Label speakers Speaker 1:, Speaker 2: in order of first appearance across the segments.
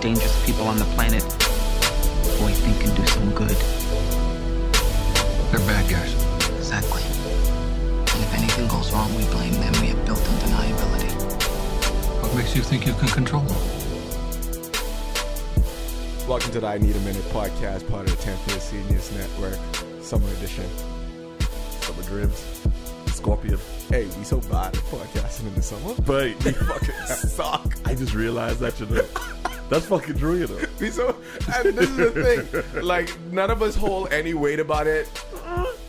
Speaker 1: dangerous people on the planet who I think can do some good.
Speaker 2: They're bad guys.
Speaker 3: Exactly. And if anything goes wrong, we blame them. We have built-in deniability.
Speaker 2: What makes you think you can control them?
Speaker 4: Welcome to the I Need a Minute podcast, part of the 10th Year Seniors Network, Summer Edition. Summer Dribs.
Speaker 5: Scorpion.
Speaker 4: Hey, we so bad at podcasting in the summer.
Speaker 5: But
Speaker 4: We fucking suck.
Speaker 5: I just realized that you know. That's fucking Drew, you know.
Speaker 4: We so, and this is the thing. Like, none of us hold any weight about it.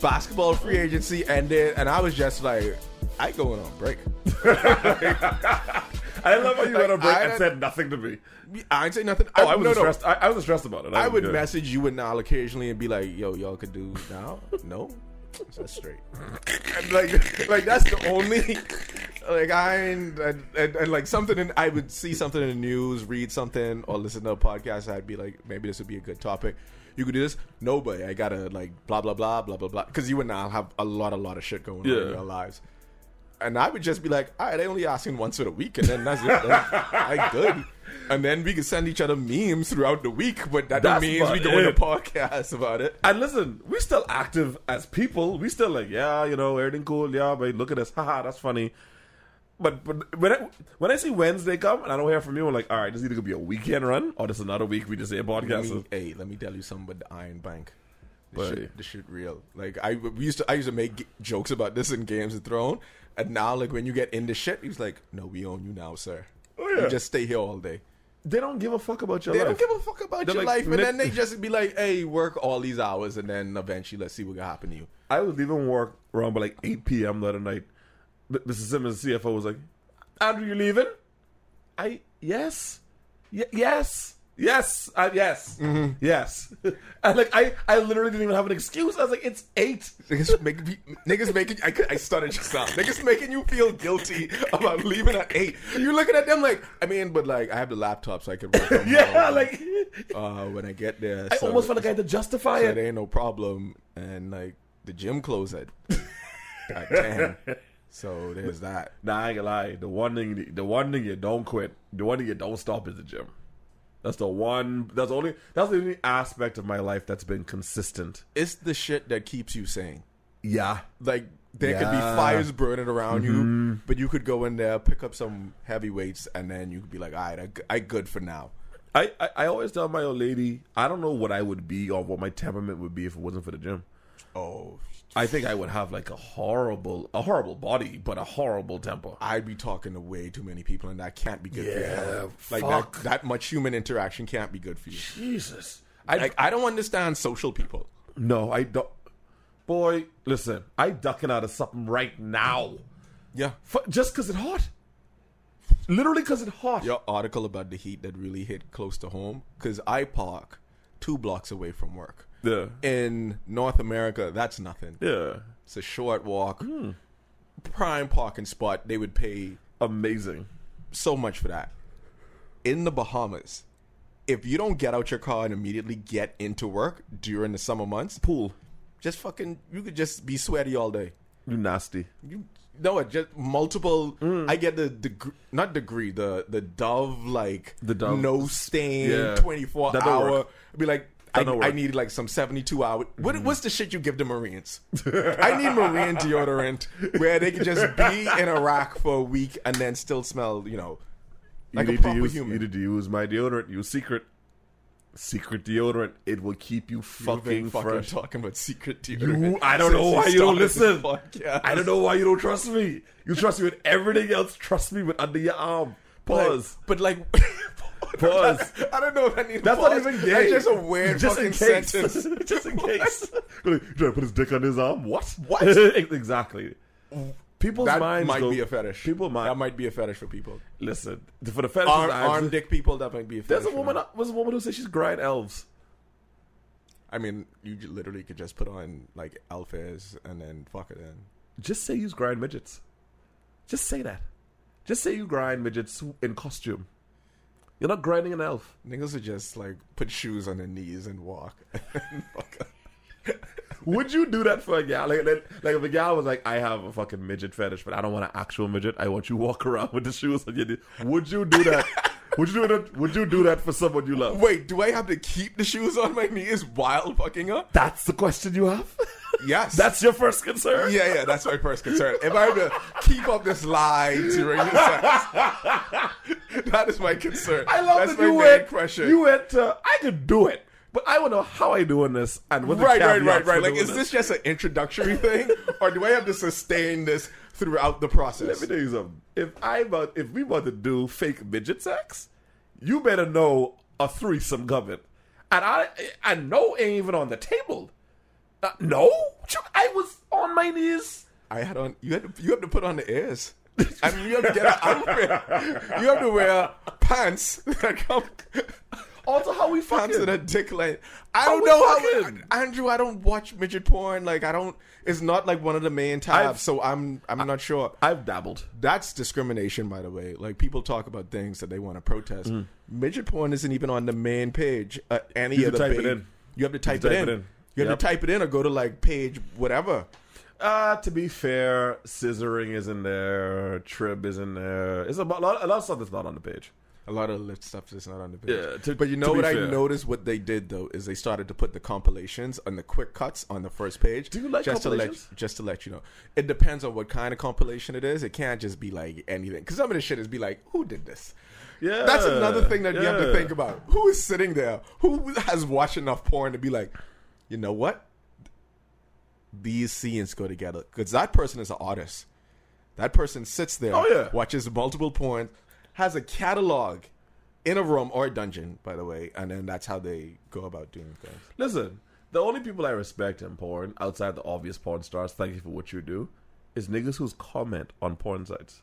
Speaker 4: Basketball free agency ended, and I was just like, I going on break.
Speaker 5: I love how you went on break
Speaker 4: I-
Speaker 5: and said nothing to me.
Speaker 4: I ain't say nothing.
Speaker 5: Oh, I
Speaker 4: no,
Speaker 5: was
Speaker 4: no.
Speaker 5: stressed. I, I was stressed about it.
Speaker 4: I would
Speaker 5: good.
Speaker 4: message you and Nile occasionally and be like, "Yo, y'all could do now." No, that's straight. And like, like that's the only. Like I and, and, and, like something, in, I would see something in the news, read something, or listen to a podcast. I'd be like, maybe this would be a good topic. You could do this. No, but I gotta like blah blah blah blah blah blah. Because you and I have a lot a lot of shit going on in
Speaker 5: Yeah.
Speaker 4: our lives. And I would just be like, all right, they only asking once for the week, and then that's it. I good. And then we can send each other memes throughout the week, but that
Speaker 5: That's
Speaker 4: means we
Speaker 5: about
Speaker 4: go in a
Speaker 5: it.
Speaker 4: podcast about it.
Speaker 5: And listen, we still active as people. We still like, yeah, you know, everything cool. Yeah, but look at us. Haha, that's funny. But, but when I, when I see Wednesday come and I don't hear from you, I'm like, all right, this is either gonna be a weekend run or this is another week we just air
Speaker 4: Let
Speaker 5: podcast.
Speaker 4: me- hey, let me tell you something about the Iron Bank. This
Speaker 5: Right.
Speaker 4: shit, this shit real. Like I we used to, I used to make g- jokes about this in Games of Thrones, and now like when you get into shit, he's like, no, we own you now, sir.
Speaker 5: Oh, yeah.
Speaker 4: You just stay here all day.
Speaker 5: They don't give a fuck about your
Speaker 4: They
Speaker 5: life.
Speaker 4: don't give a fuck about
Speaker 5: They're
Speaker 4: your
Speaker 5: like,
Speaker 4: life, and
Speaker 5: "Nip-
Speaker 4: then they just be like, hey, work all these hours, and then eventually let's see what can happen to you.
Speaker 5: I was leaving work around by like 8 p.m. the other night. M- Mr. Simmons, the CFO, was like, Andrew, you leaving? I, yes. Y- yes. Yes. I, yes. Yes. and like, I, I literally didn't even have an excuse. I was like, it's 8.
Speaker 4: Niggas, make, me- niggas making I, could- I stuttered just now. Niggas making you feel guilty about leaving at eight. You're looking at them like I mean, but like I have the laptop so I can work. From
Speaker 5: Yeah.
Speaker 4: home,
Speaker 5: Like,
Speaker 4: uh, when I get there,
Speaker 5: I
Speaker 4: so-
Speaker 5: almost felt like I had to justify
Speaker 4: so
Speaker 5: it.
Speaker 4: it ain't no problem. And like the gym closed at at ten, so there's that.
Speaker 5: Nah, I ain't gonna lie. The one thing, the one thing you don't quit, the one thing you don't stop is the gym. That's the one. That's the only. That's the only aspect of my life that's been consistent.
Speaker 4: It's the shit that keeps you sane.
Speaker 5: Yeah,
Speaker 4: Like there could be
Speaker 5: Yeah. Mm-hmm.
Speaker 4: fires burning around you, but you could go in there, pick up some heavy weights, and then you could be like, all right, I, g- I good for now.
Speaker 5: I, I, I always tell my old lady, I don't know what I would be or what my temperament would be if it wasn't for the gym.
Speaker 4: Oh,
Speaker 5: I think I would have like a horrible, a horrible body, but a horrible temper.
Speaker 4: I'd be talking to way too many people, and that can't be good for your
Speaker 5: Yeah,
Speaker 4: health. Like
Speaker 5: fuck.
Speaker 4: That, that much human interaction can't be good for you.
Speaker 5: Jesus, I
Speaker 4: Like I don't understand social people.
Speaker 5: no, I don't. Boy, listen, I ducking out of something right now,
Speaker 4: Yeah,
Speaker 5: F just cause it hot. Literally cause it hot.
Speaker 4: your article about the heat that really hit close to home because I park two blocks away from work.
Speaker 5: Yeah,
Speaker 4: In North America, that's nothing.
Speaker 5: yeah,
Speaker 4: It's a short walk,
Speaker 5: Hmm.
Speaker 4: prime parking spot. They would pay
Speaker 5: amazing.
Speaker 4: so much for that. In the Bahamas, if you don't get out your car and immediately get into work during the summer months,
Speaker 5: Pool,
Speaker 4: just fucking you could just be sweaty all day.
Speaker 5: you nasty.
Speaker 4: You know what? Just multiple.
Speaker 5: Mm.
Speaker 4: I get the degree, not degree, the the Dove like
Speaker 5: The Dove.
Speaker 4: no stain
Speaker 5: Yeah.
Speaker 4: twenty four
Speaker 5: That don't
Speaker 4: hour.
Speaker 5: work.
Speaker 4: I'd Be like. I,
Speaker 5: That don't
Speaker 4: I
Speaker 5: work. Mm-hmm.
Speaker 4: need like some seventy two hour. What, What's the shit you give the Marines? I need Marine deodorant where they can just be in Iraq for a week and then still smell, you know, like a
Speaker 5: you need to
Speaker 4: proper
Speaker 5: use,
Speaker 4: human.
Speaker 5: You need to use my deodorant. Use secret, secret deodorant. It will keep you
Speaker 4: You've been
Speaker 5: fucking fresh.
Speaker 4: talking about secret deodorant.
Speaker 5: You, I don't know
Speaker 4: since
Speaker 5: why you don't
Speaker 4: started
Speaker 5: listen.
Speaker 4: this podcast.
Speaker 5: I don't know why you don't trust me. You trust me with everything else. Trust me with under your arm.
Speaker 4: Like-
Speaker 5: Pause.
Speaker 4: but like,
Speaker 5: Pause.
Speaker 4: I don't know if I need.
Speaker 5: That's
Speaker 4: pause.
Speaker 5: not even gay.
Speaker 4: That's just a weird
Speaker 5: Just
Speaker 4: fucking
Speaker 5: in case.
Speaker 4: sentence.
Speaker 5: just in case. You're like, trying to put his dick on his arm. What?
Speaker 4: What?
Speaker 5: exactly. People's
Speaker 4: That
Speaker 5: minds
Speaker 4: might
Speaker 5: go-
Speaker 4: be a fetish.
Speaker 5: People mind.
Speaker 4: That might be a fetish for people.
Speaker 5: listen for the fetishes.
Speaker 4: Arm,
Speaker 5: I-
Speaker 4: arm dick people. That might be a fetish.
Speaker 5: There's a
Speaker 4: for
Speaker 5: woman.
Speaker 4: them.
Speaker 5: Was a woman who said she's grind elves.
Speaker 4: I mean, you j- literally could just put on like alphas and then fuck it in.
Speaker 5: Just say you grind midgets. Just say that. Just say you grind midgets who- in costume. You're not grinding an elf.
Speaker 4: Niggas would just like put shoes on their knees and walk. Fuck.
Speaker 5: Would you do that for a gal? Like, like, like if a gal was like, "I have a fucking midget fetish, but I don't want an actual midget. I want you to walk around with the shoes on your knee." Would you do that? Would you do that? Would you do that for someone you love?
Speaker 4: Wait, do I have to keep the shoes on my knees while fucking her?
Speaker 5: That's the question you have.
Speaker 4: Yes.
Speaker 5: That's your first concern.
Speaker 4: yeah, yeah. That's my first concern. If I have to keep up this lie during the sex, that is my concern.
Speaker 5: I love
Speaker 4: that's
Speaker 5: that you
Speaker 4: my
Speaker 5: went.
Speaker 4: main question.
Speaker 5: You went. Uh, I could do it, but I want to know how I doing this and what the
Speaker 4: right, right, right,
Speaker 5: caveats for
Speaker 4: right. Like,
Speaker 5: doing
Speaker 4: is this just an introductory thing, or do I have to sustain this throughout the
Speaker 5: Let
Speaker 4: process?
Speaker 5: me tell you something. If I about if we about to do fake midget sex, you better know a threesome coming, and I I know ain't even on the table. Uh, no, I was on my knees.
Speaker 4: I had on. You had. To, you have to put on the ears. I mean, you have to get an outfit. You have to wear pants that come.
Speaker 5: Also, how we
Speaker 4: Pants
Speaker 5: fucking?
Speaker 4: that are dick length. I
Speaker 5: How
Speaker 4: don't
Speaker 5: we
Speaker 4: know
Speaker 5: fucking?
Speaker 4: how. Andrew, I don't watch midget porn. Like, I don't. It's not like one of the main tabs,
Speaker 5: I've-
Speaker 4: so I'm. I'm not sure.
Speaker 5: I've dabbled.
Speaker 4: That's discrimination, by the way. Like people talk about things that they want to protest. Midget porn isn't even on the main page. Uh, any
Speaker 5: Mm. You
Speaker 4: of
Speaker 5: have
Speaker 4: the
Speaker 5: to type
Speaker 4: big-
Speaker 5: it in.
Speaker 4: You have to type,
Speaker 5: type
Speaker 4: it, in.
Speaker 5: it in.
Speaker 4: You have
Speaker 5: Yep.
Speaker 4: to type it in or go to like page whatever.
Speaker 5: Uh, to be fair, scissoring is in there. Trib is in there. It's a lot. A lot of stuff that's not on the page.
Speaker 4: A lot of lit stuff that's not on the page.
Speaker 5: Yeah, to-
Speaker 4: but you
Speaker 5: to
Speaker 4: know
Speaker 5: be
Speaker 4: what I
Speaker 5: fair.
Speaker 4: noticed? What they did though is they started to put the compilations and the quick cuts on the first page.
Speaker 5: Do you like
Speaker 4: just to let
Speaker 5: compilations?
Speaker 4: just to let you know? It depends on what kind of compilation it is. It can't just be like anything because some of this shit is be like, who did this?
Speaker 5: Yeah,
Speaker 4: That's another thing that you have to
Speaker 5: yeah.
Speaker 4: think about. Who is sitting there? Who has watched enough porn to be like, you know what? These scenes go together because that person is an artist. That person sits there,
Speaker 5: Oh, yeah.
Speaker 4: watches multiple porn, has a catalog in a room or a dungeon, by the way, and then that's how they go about doing things.
Speaker 5: Listen, the only people I respect in porn, outside the obvious porn stars, thank you for what you do, is niggas who's comment on porn sites.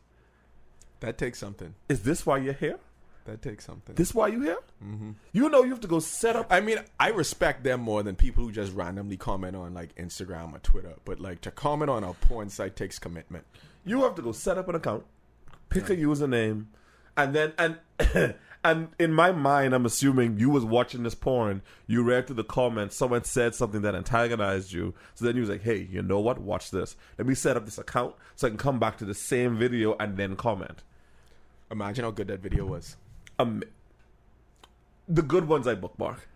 Speaker 4: That takes something.
Speaker 5: Is this why you're here?
Speaker 4: That takes something.
Speaker 5: This why you here? Mm-hmm. You know you have to go set up.
Speaker 4: I mean, I respect them more than people who just randomly comment on like Instagram or Twitter. But like to comment on a porn site takes commitment.
Speaker 5: You have to go set up an account, pick a username, and then and and in my mind, I'm assuming you was watching this porn. You read through the comments. Someone said something that antagonized you. So then you was like, "Hey, you know what? Watch this. Let me set up this account so I can come back to the same video and then comment."
Speaker 4: Imagine how good that video was.
Speaker 5: um, the good ones I bookmark.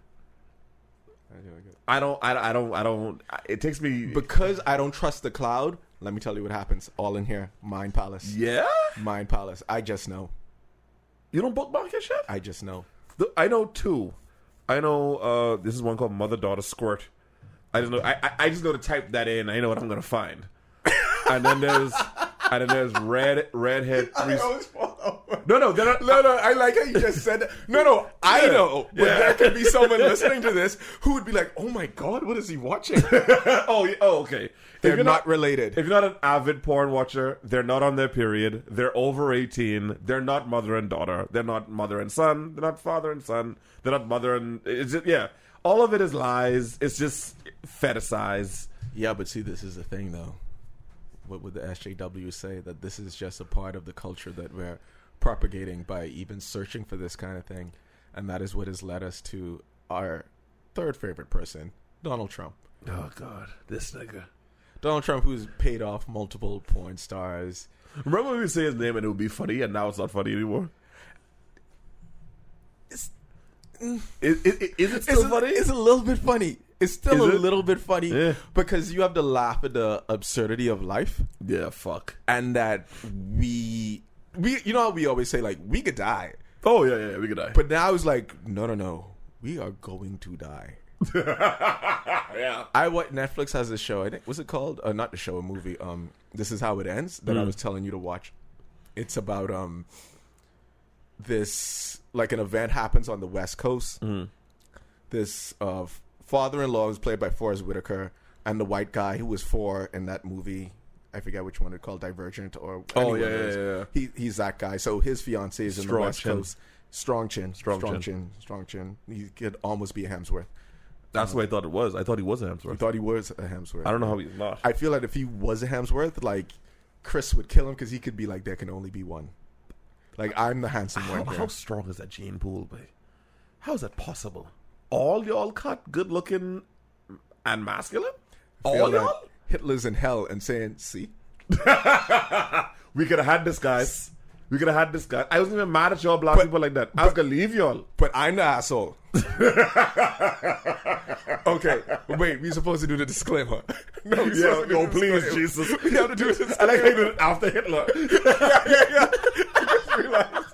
Speaker 5: I don't. I, I don't. I don't. It takes me.
Speaker 4: Because I don't trust the cloud, let me tell you what happens. All in here. Mind Palace.
Speaker 5: yeah,
Speaker 4: Mind Palace. I just know.
Speaker 5: you don't bookmark your shit.
Speaker 4: I just know.
Speaker 5: The- I know two. I know. Uh, this is one called Mother Daughter Squirt. I just know. I, I- I just know to type that in. I know what I'm gonna find. and then there's and then there's red redhead. Three, no, no, they're not.
Speaker 4: No, no, I like how you just said that. No, no, I
Speaker 5: Yeah.
Speaker 4: know. But
Speaker 5: Yeah.
Speaker 4: there could be someone listening to this who would be like, oh my God, what is he watching?
Speaker 5: oh, yeah, oh, okay.
Speaker 4: They're
Speaker 5: you're
Speaker 4: not related.
Speaker 5: If you're not an avid porn watcher, they're not on their period. They're over 18. They're not mother and daughter. They're not mother and son. They're not father and son. They're not mother and. It's just, yeah. All of it is lies. It's just fetishized.
Speaker 4: yeah, but see, this is the thing, though. What would the SJW say? That this is just a part of the culture that we're propagating by even searching for this kind of thing. And that is what has led us to our third favorite person, Donald Trump.
Speaker 5: Oh, God. This nigga.
Speaker 4: Donald Trump, who's paid off multiple porn stars.
Speaker 5: Remember when we say his name and it would be funny, and now it's not funny anymore? Is, is, is, is it still
Speaker 4: a-
Speaker 5: funny?
Speaker 4: it's a little bit funny. It's still
Speaker 5: Is
Speaker 4: a
Speaker 5: it?
Speaker 4: little bit funny
Speaker 5: Yeah.
Speaker 4: because you have to laugh at the absurdity of life
Speaker 5: yeah, fuck.
Speaker 4: and that we we you know how we always say like we could die.
Speaker 5: Oh, yeah, yeah, yeah, we could die.
Speaker 4: But now it's like, no no no. We are going to die.
Speaker 5: yeah.
Speaker 4: I what Netflix has this show. I think was it called? Uh, not the show, a movie. Um, this is how it ends that
Speaker 5: Hmm.
Speaker 4: I was telling you to watch. It's about um, this like an event happens on the West Coast.
Speaker 5: Hmm.
Speaker 4: This uh, father-in-law is played by Forrest Whitaker, and the white guy who was four in that movie. I forget which one it called, Divergent or
Speaker 5: Oh, yeah,
Speaker 4: anyway, it
Speaker 5: yeah,
Speaker 4: is.
Speaker 5: yeah, yeah.
Speaker 4: He he's that guy. So his fiance is in
Speaker 5: Strong
Speaker 4: the West
Speaker 5: chin.
Speaker 4: Coast. Strong chin, strong,
Speaker 5: chin.
Speaker 4: chin. strong chin. He could almost be a Hemsworth.
Speaker 5: That's what I thought it was. I thought he was a
Speaker 4: You
Speaker 5: Hemsworth.
Speaker 4: thought he was a Hemsworth.
Speaker 5: I don't know how he's not.
Speaker 4: I feel like if he was a Hemsworth, like Chris would kill him because he could be like, there can only be one. Like I'm the handsome
Speaker 5: How,
Speaker 4: one. here.
Speaker 5: how strong is that gene pool, boy? How is that possible? All y'all cut good looking and masculine?
Speaker 4: Feel
Speaker 5: All
Speaker 4: like
Speaker 5: y'all?
Speaker 4: Hitler's in hell and saying, "See,
Speaker 5: We could have had this, guys. We could have had this guy. I wasn't even mad at y'all black people like that. I was gonna leave y'all.
Speaker 4: But I'm the asshole. okay, wait. We're supposed to do the disclaimer. No, we're
Speaker 5: Yeah,
Speaker 4: supposed to do
Speaker 5: oh
Speaker 4: the
Speaker 5: please,
Speaker 4: disclaimer.
Speaker 5: Jesus.
Speaker 4: We have to do the disclaimer.
Speaker 5: I like how you did it after Hitler.
Speaker 4: yeah, yeah, yeah. I just realized.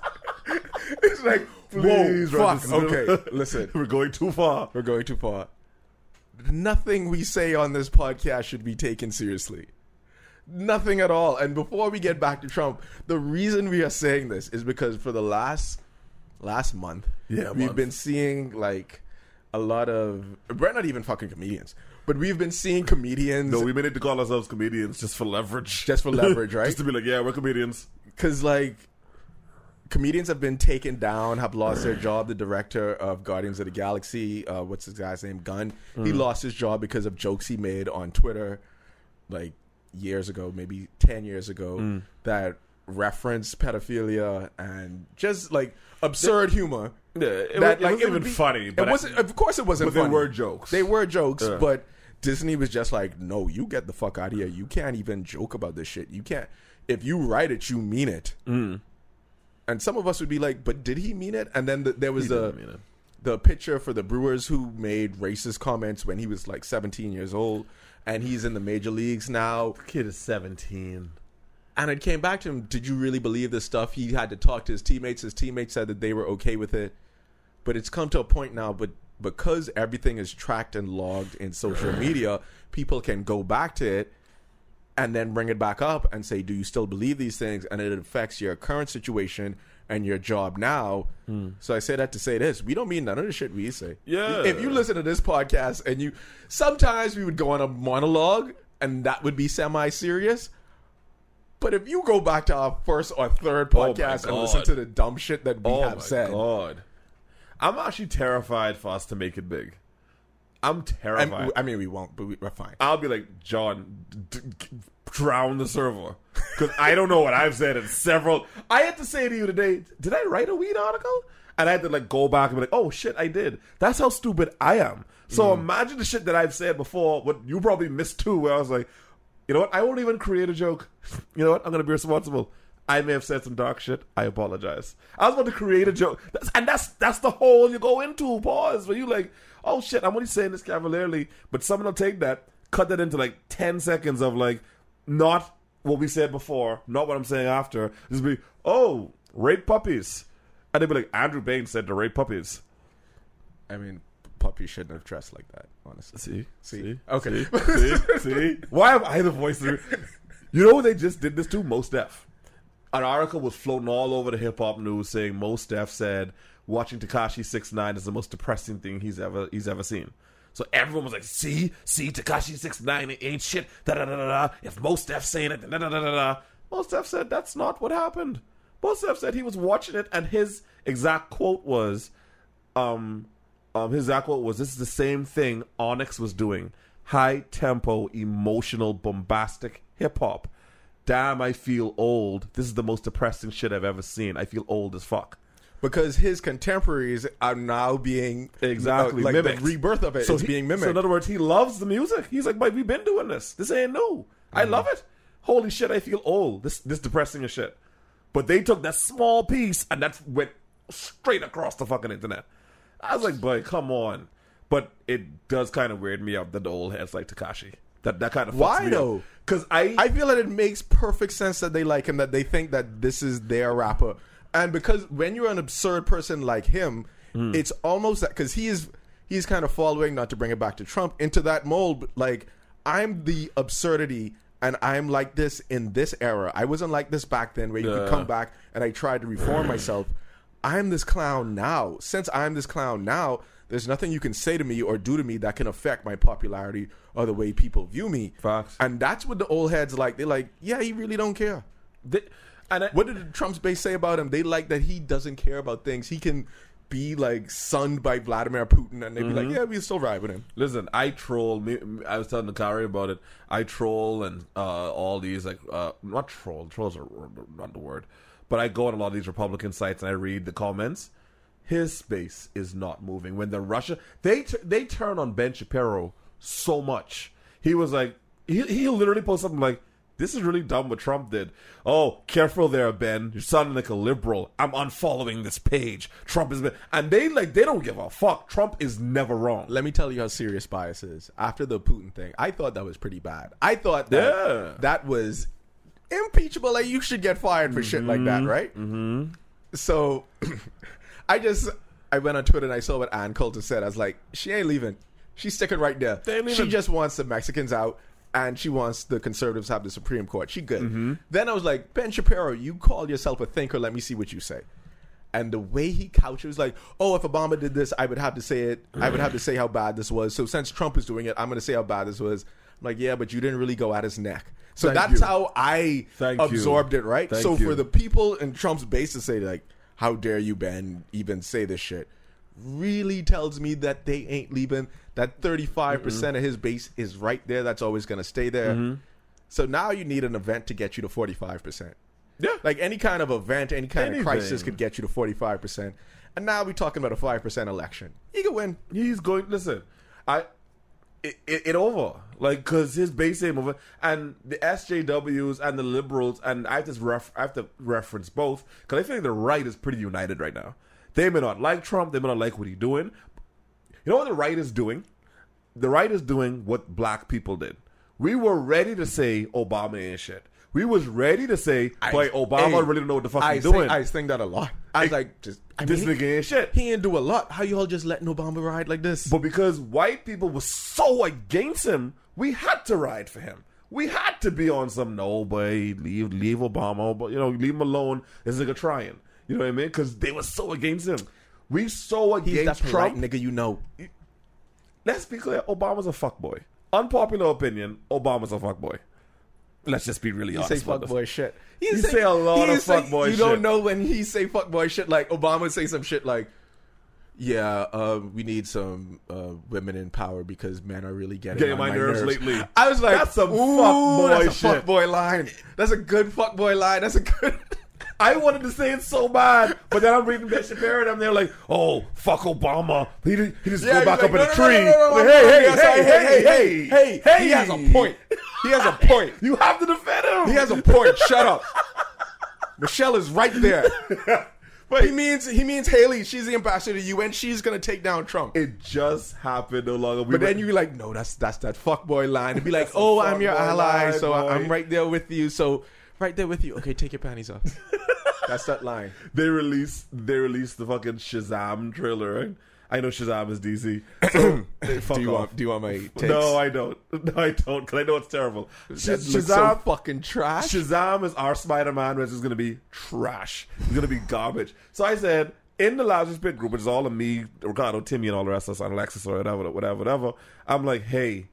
Speaker 4: It's like,
Speaker 5: Please,
Speaker 4: whoa,
Speaker 5: Roger
Speaker 4: fuck.
Speaker 5: Smith.
Speaker 4: Okay, listen.
Speaker 5: We're going too far.
Speaker 4: We're going too far. Nothing we say on this podcast should be taken seriously. Nothing at all. And before we get back to Trump, the reason we are saying this is because for the last last month,
Speaker 5: Yeah,
Speaker 4: we've
Speaker 5: month.
Speaker 4: been seeing like a lot of we're not even fucking comedians, but we've been seeing comedians
Speaker 5: No, we made it to call ourselves comedians just for leverage.
Speaker 4: Just for leverage, right?
Speaker 5: just to be like, yeah, we're comedians.
Speaker 4: because like comedians have been taken down, have lost their job. The director of Guardians of the Galaxy, uh, what's his guy's name, Gunn, he lost his job because of jokes he made on Twitter, like years ago, maybe ten years ago, that referenced pedophilia and just like absurd humor.
Speaker 5: Yeah, it,
Speaker 4: That,
Speaker 5: was, like, it wasn't
Speaker 4: would
Speaker 5: even
Speaker 4: be-
Speaker 5: funny, but
Speaker 4: it wasn't. Of course, it wasn't.
Speaker 5: but they
Speaker 4: funny.
Speaker 5: were jokes.
Speaker 4: They were jokes,
Speaker 5: Yeah.
Speaker 4: but Disney was just like, "No, you get the fuck out of here. You can't even joke about this shit. You can't. If you write it, you mean it."
Speaker 5: Mm.
Speaker 4: And some of us would be like, "But did he mean it?" And then the, there was
Speaker 5: didn't mean
Speaker 4: the
Speaker 5: it.
Speaker 4: the picture for the Brewers who made racist comments when he was like 17 years old, and he's in the major leagues now.
Speaker 5: kid is seventeen.
Speaker 4: And it came back to him. Did you really believe this stuff? He had to talk to his teammates. His teammates said that they were okay with it. But it's come to a point now, but because everything is tracked and logged in social media, people can go back to it and then bring it back up and say, Do you still believe these things? And it affects your current situation and your job now. So I say that to say this we don't mean none of the shit we say.
Speaker 5: Yeah.
Speaker 4: If you listen to this podcast and you sometimes we would go on a monologue and that would be semi serious. But if you go back to our first or third
Speaker 5: Oh my
Speaker 4: podcast and listen
Speaker 5: God.
Speaker 4: to the dumb shit that we
Speaker 5: Oh my
Speaker 4: have said,
Speaker 5: god, I'm actually terrified for us to make it big. I'm
Speaker 4: and
Speaker 5: terrified.
Speaker 4: w- I mean, we won't, but we, we're fine.
Speaker 5: I'll be like, John, d- d- drown the server. Because I don't know what I've said in several. I had to say to you today, did I write a weed article? And I had to like go back and be like, oh shit, I did. That's how stupid I am. So imagine the shit that I've said before, what you probably missed too, where I was like, you know what? I won't even create a joke. You know what? I'm going to be responsible. I may have said some dark shit. I apologize. I was about to create a joke, that's, and that's that's the hole you go into. Pause. Where you like, oh shit, I'm only saying this cavalierly, but someone will take that, cut that into like ten seconds of like, not what we said before, not what I'm saying after. Just be, oh, rape puppies, and they'd be like, Andrew Bain said to rape puppies.
Speaker 4: I mean, Puppy shouldn't have dressed like that, honestly.
Speaker 5: See,
Speaker 4: See? Okay.
Speaker 5: see, see. Why am I the voice? Of you know, who they just did this to Most Def. An article was floating all over the hip hop news saying Most Def said watching Takashi Six Nine is the most depressing thing he's ever he's ever seen. So everyone was like, "See, see, Takashi Six Nine ain't shit." Da da da da. da. If Most Def saying it, da da da da da. Most Def said that's not what happened. Most Def said he was watching it, and his exact quote was, um, um, his exact quote was, "This is the same thing Onyx was doing: high tempo, emotional, bombastic hip hop. Damn, I feel old. This is the most depressing shit I've ever seen. I feel old as fuck."
Speaker 4: Because his contemporaries are now being
Speaker 5: Exactly,
Speaker 4: uh, like
Speaker 5: mimicked.
Speaker 4: the rebirth of it is
Speaker 5: he-
Speaker 4: being
Speaker 5: So
Speaker 4: mimicked.
Speaker 5: in other words, he loves the music. He's like, "Mate, we've been doing this. This ain't new. I
Speaker 4: Mm.
Speaker 5: love it. Holy shit, I feel old. This this depressing as shit." But they took that small piece and that went straight across the fucking internet. I was like, "Boy, come on." But it does kind of weird me out that the old heads like Takashi. That that kind of fucks
Speaker 4: Why
Speaker 5: me
Speaker 4: though?
Speaker 5: Because I,
Speaker 4: I feel that it makes perfect sense that they like him, that they think that this is their rapper. And because when you're an absurd person like him,
Speaker 5: Hmm.
Speaker 4: it's almost that because he is he's kind of following, not to bring it back to Trump, into that mold. but, Like I'm the absurdity, and I'm like this in this era. I wasn't like this back then, where you could
Speaker 5: Yeah.
Speaker 4: come back and I tried to reform myself. I'm this clown now. Since I'm this clown now, there's nothing you can say to me or do to me that can affect my popularity or the way people view me.
Speaker 5: Facts.
Speaker 4: And that's what the old heads like. They're like, yeah, he really don't care.
Speaker 5: they, and I,
Speaker 4: What did Trump's base say about him? They like that he doesn't care about things. He can be like sunned by Vladimir Putin, and they'd be like, yeah, we still ride with him.
Speaker 5: Listen, I troll. Me, me- I was telling Nakari about it. I troll and uh, all these like uh, not troll. Trolls are not the word, but I go on a lot of these Republican sites and I read the comments. His space is not moving. When the Russia they t- they turn on Ben Shapiro so much. He was like he he literally posts something like This is really dumb what Trump did. Oh, careful there, Ben. You're sounding like a liberal. I'm unfollowing this page. Trump is and they like they don't give a fuck. Trump is never wrong.
Speaker 4: Let me tell you how serious bias is. After the Putin thing, I thought that was pretty bad. I thought that
Speaker 5: Yeah.
Speaker 4: that was impeachable. Like you should get fired for shit like that, right? Mm-hmm. So I just I went on Twitter and I saw what Ann Coulter said. I was like, she ain't leaving. She's sticking right there.
Speaker 5: They ain't
Speaker 4: She
Speaker 5: leaving.
Speaker 4: just wants the Mexicans out. And she wants the conservatives to have the Supreme Court. She good.
Speaker 5: Mm-hmm.
Speaker 4: Then I was like, Ben Shapiro, you call yourself a thinker. Let me see what you say. And the way he couched it was like, oh, if Obama did this, I would have to say it. I would have to say how bad this was. So since Trump is doing it, I'm going to say how bad this was. I'm like, yeah, but you didn't really go at his neck. So
Speaker 5: Thank
Speaker 4: that's
Speaker 5: you.
Speaker 4: how I
Speaker 5: Thank you.
Speaker 4: absorbed it, right?
Speaker 5: Thank
Speaker 4: so
Speaker 5: you.
Speaker 4: for the people in Trump's base to say, like, how dare you, Ben, even say this shit, really tells me that they ain't leaving. That 35% percent of his base is right there. That's always going to stay there.
Speaker 5: Mm-hmm.
Speaker 4: So now you need an event to get you to 45%.
Speaker 5: Yeah.
Speaker 4: Like any kind of event, any kind
Speaker 5: Anything.
Speaker 4: of crisis could get you to 45%. And now we're talking about a 5% election. You can win.
Speaker 5: He's going. Listen, I it, it, it over like because his base ain't over, and the SJWs and the liberals, and I have to ref, I have to reference both because I think the right is pretty united right now. They may not like Trump. They may not like what he's doing. You know what the right is doing? The right is doing what black people did. We were ready to say Obama ain't shit. We was ready to say, "Boy, Obama
Speaker 4: Hey,
Speaker 5: really don't know what the fuck
Speaker 4: I
Speaker 5: he's
Speaker 4: think-
Speaker 5: doing."
Speaker 4: I think that a lot. I was
Speaker 5: Hey,
Speaker 4: like, just, I
Speaker 5: this
Speaker 4: mean,
Speaker 5: nigga ain't shit.
Speaker 4: he didn't do a lot. How you all just letting Obama ride like this?
Speaker 5: But because white people were so against him, we had to ride for him. We had to be on some no, boy, leave, leave Obama, but you know, leave him alone. This nigga trying, you know what I mean? Because they were so against him. We so
Speaker 4: He's that
Speaker 5: against
Speaker 4: polite
Speaker 5: Trump.
Speaker 4: nigga you know.
Speaker 5: Let's be clear, Obama's a fuckboy. Unpopular opinion, Obama's a fuckboy. Let's just be really
Speaker 4: He say
Speaker 5: honest. about this.
Speaker 4: fuckboy shit. He,
Speaker 5: He say a lot
Speaker 4: he
Speaker 5: of
Speaker 4: say-
Speaker 5: fuckboy
Speaker 4: You don't
Speaker 5: shit.
Speaker 4: know when he say fuckboy shit. Like Obama say some shit like, "Yeah, uh, we need some uh, women in power because men are really getting,
Speaker 5: Getting
Speaker 4: on
Speaker 5: my nerves lately.
Speaker 4: I was like,
Speaker 5: That's some
Speaker 4: "Ooh,
Speaker 5: fuckboy
Speaker 4: that's a
Speaker 5: shit."
Speaker 4: fuckboy line. That's a good fuckboy line. That's a good."
Speaker 5: I wanted to say it so bad, but then I'm reading Ben Shapiro and I'm there like, oh, fuck Obama. He, did- he just
Speaker 4: Yeah,
Speaker 5: go
Speaker 4: he's
Speaker 5: back
Speaker 4: like,
Speaker 5: up in
Speaker 4: "No,
Speaker 5: a
Speaker 4: no, no,
Speaker 5: tree.
Speaker 4: no, no,
Speaker 5: Like,
Speaker 4: no,
Speaker 5: hey,
Speaker 4: no,
Speaker 5: hey,
Speaker 4: yes, I-
Speaker 5: hey, hey, hey, hey, hey.
Speaker 4: He has a point. He has a point.
Speaker 5: You have to defend him.
Speaker 4: He has a point. Shut up. Michelle is right there. But he means he means Haley. She's the ambassador to the UN. She's gonna take down Trump.
Speaker 5: It just happened no longer. We
Speaker 4: but then
Speaker 5: were-
Speaker 4: you be like, no, that's that's that fuckboy line. And be like,
Speaker 5: That's a
Speaker 4: oh, I'm your
Speaker 5: fuckboy
Speaker 4: ally,
Speaker 5: line,
Speaker 4: so I- I'm
Speaker 5: boy.
Speaker 4: right there with you. So right there with you. Okay, take your panties off. that's that line.
Speaker 5: they released they released the fucking Shazam trailer. Right? I know Shazam is DC. So, fuck
Speaker 4: Do you
Speaker 5: off.
Speaker 4: want do you want my takes?
Speaker 5: no, I don't. No, I don't. Because I know it's terrible. Sh-
Speaker 4: that looks so
Speaker 5: Shazam
Speaker 4: fucking trash.
Speaker 5: Shazam is our Spider Man, which is going to be trash. It's going to be garbage. So I said, in the Lazarus Pit group, which is all of me, Ricardo, Timmy, and all the rest of us, and Alexis, or whatever, whatever, whatever, I'm like, hey,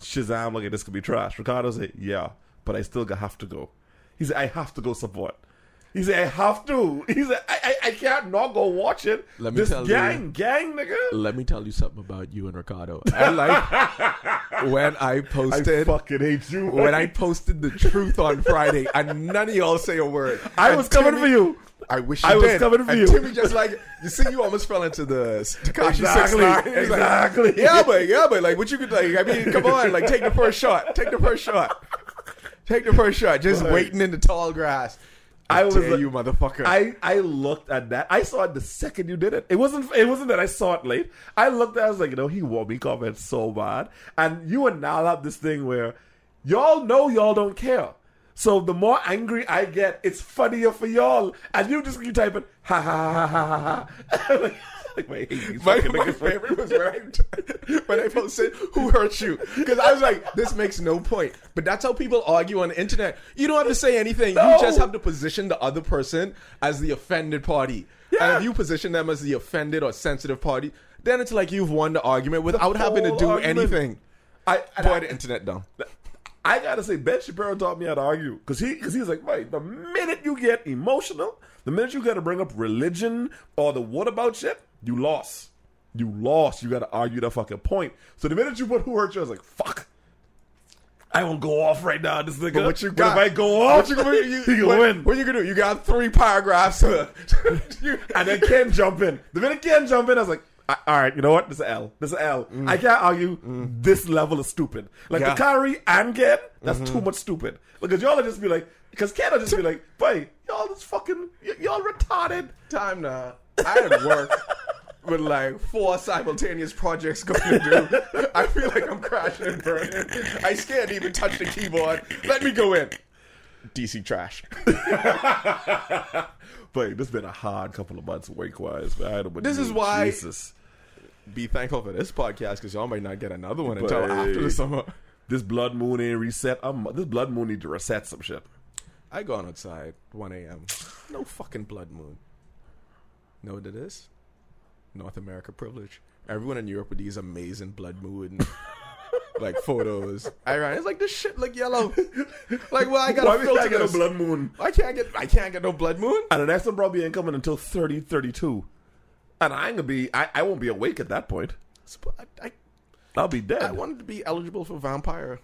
Speaker 5: Shazam, look at this could be trash. Ricardo said, yeah, but I still have to go. He said, I have to go support. He said, I have to. He said, I, I, I can't not go watch it.
Speaker 4: Let me
Speaker 5: this
Speaker 4: tell you-
Speaker 5: gang, gang, nigga.
Speaker 4: Let me tell you something about you and Ricardo. I like when I
Speaker 5: I
Speaker 4: posted
Speaker 5: fucking hate you.
Speaker 4: when I posted the truth on Friday, and none of y'all say a word.
Speaker 5: I
Speaker 4: And
Speaker 5: was coming
Speaker 4: Timmy-
Speaker 5: for you.
Speaker 4: I wish you
Speaker 5: I was
Speaker 4: did.
Speaker 5: coming for
Speaker 4: and
Speaker 5: you.
Speaker 4: Timmy just like you see, you almost fell into the Takashi
Speaker 5: Exactly, exactly.
Speaker 4: Like, yeah, but yeah, but like, what you could like? I mean, come on, like, take the first shot. Take the first shot. Take the first shot. Just
Speaker 5: Right.
Speaker 4: waiting in the tall grass. I,
Speaker 5: I was
Speaker 4: dare
Speaker 5: like-
Speaker 4: you, motherfucker.
Speaker 5: I, I looked at that. I saw it the second you did it. It wasn't it wasn't that I saw it late. I looked at it, I was like, you know, he wore me comment so bad. And you and now have this thing where y'all know y'all don't care. So the more angry I get, it's funnier for y'all. And you just you type it, ha ha ha ha ha ha. like, like, wait, he's
Speaker 4: My,
Speaker 5: fucking
Speaker 4: my
Speaker 5: niggas.
Speaker 4: favorite was when I, when I posted, Who hurt you? Because I was like, This makes no point. But that's how people argue on the internet. You don't have to say anything. You
Speaker 5: No.
Speaker 4: just have to position the other person as the offended party. And if you position them as the offended or sensitive party, then it's like you've won the argument without having to
Speaker 5: whole
Speaker 4: do
Speaker 5: argument.
Speaker 4: anything.
Speaker 5: I, and
Speaker 4: Boy,
Speaker 5: I,
Speaker 4: the internet dumb.
Speaker 5: I gotta say, Ben Shapiro taught me how to argue because he because he's like, right, the minute you get emotional, the minute you gotta bring up religion or the what about shit, you lost. You lost. You gotta argue the fucking point. So the minute you put who hurt you, I was like, fuck. I won't go off right now, this nigga.
Speaker 4: But what you got?
Speaker 5: But if I go
Speaker 4: What
Speaker 5: off,
Speaker 4: you gonna, you,
Speaker 5: he can
Speaker 4: what,
Speaker 5: win.
Speaker 4: What you gonna do? You got three paragraphs. you,
Speaker 5: and then Ken jump in. The minute Ken jump in, I was like, I, all right, you know what? This is an L. This is an L. I can't argue this level is stupid. Like
Speaker 4: Yeah.
Speaker 5: the Kyrie and Ken, that's
Speaker 4: Mm-hmm.
Speaker 5: too much stupid. Because y'all will just be like, because Ken will just be like, boy, y'all just fucking, y- y'all retarded.
Speaker 4: Time now. I had work with like four simultaneous projects going to do. I feel like I'm crashing and burning. I scared to even touch the keyboard. Let me go in. DC trash.
Speaker 5: But this has been a hard couple of months work wise.
Speaker 4: This is why-
Speaker 5: Jesus.
Speaker 4: Be thankful for this podcast because y'all might not get another one
Speaker 5: But-
Speaker 4: until after the summer.
Speaker 5: This blood moon ain't reset. I'm, this blood moon need to reset some shit.
Speaker 4: I gone outside 1 a.m. No fucking blood moon. Know what it is? North America privilege. Everyone in Europe with these amazing blood moon like photos. I ran. It's like this shit look yellow. like well I
Speaker 5: Why
Speaker 4: gotta
Speaker 5: we
Speaker 4: filter
Speaker 5: can't get a
Speaker 4: this.
Speaker 5: blood moon?
Speaker 4: I can't get I can't get no blood moon.
Speaker 5: And the next one probably ain't coming until thirty thirty two, And I'm gonna be I, I won't be awake at that point.
Speaker 4: Sp- I, I,
Speaker 5: I'll be dead.
Speaker 4: I wanted to be eligible for vampire.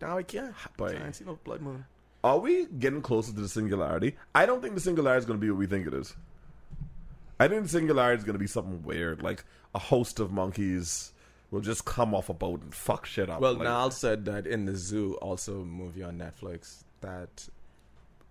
Speaker 4: Now I can't.
Speaker 5: Boy.
Speaker 4: I ain't see no blood moon.
Speaker 5: Are we getting closer to the singularity? I don't think the singularity is gonna be what we think it is. I think the singularity is gonna be something weird, like a host of monkeys will just come off a boat and fuck shit up.
Speaker 4: Well,
Speaker 5: like,
Speaker 4: Niall said that in the zoo, also a movie on Netflix that.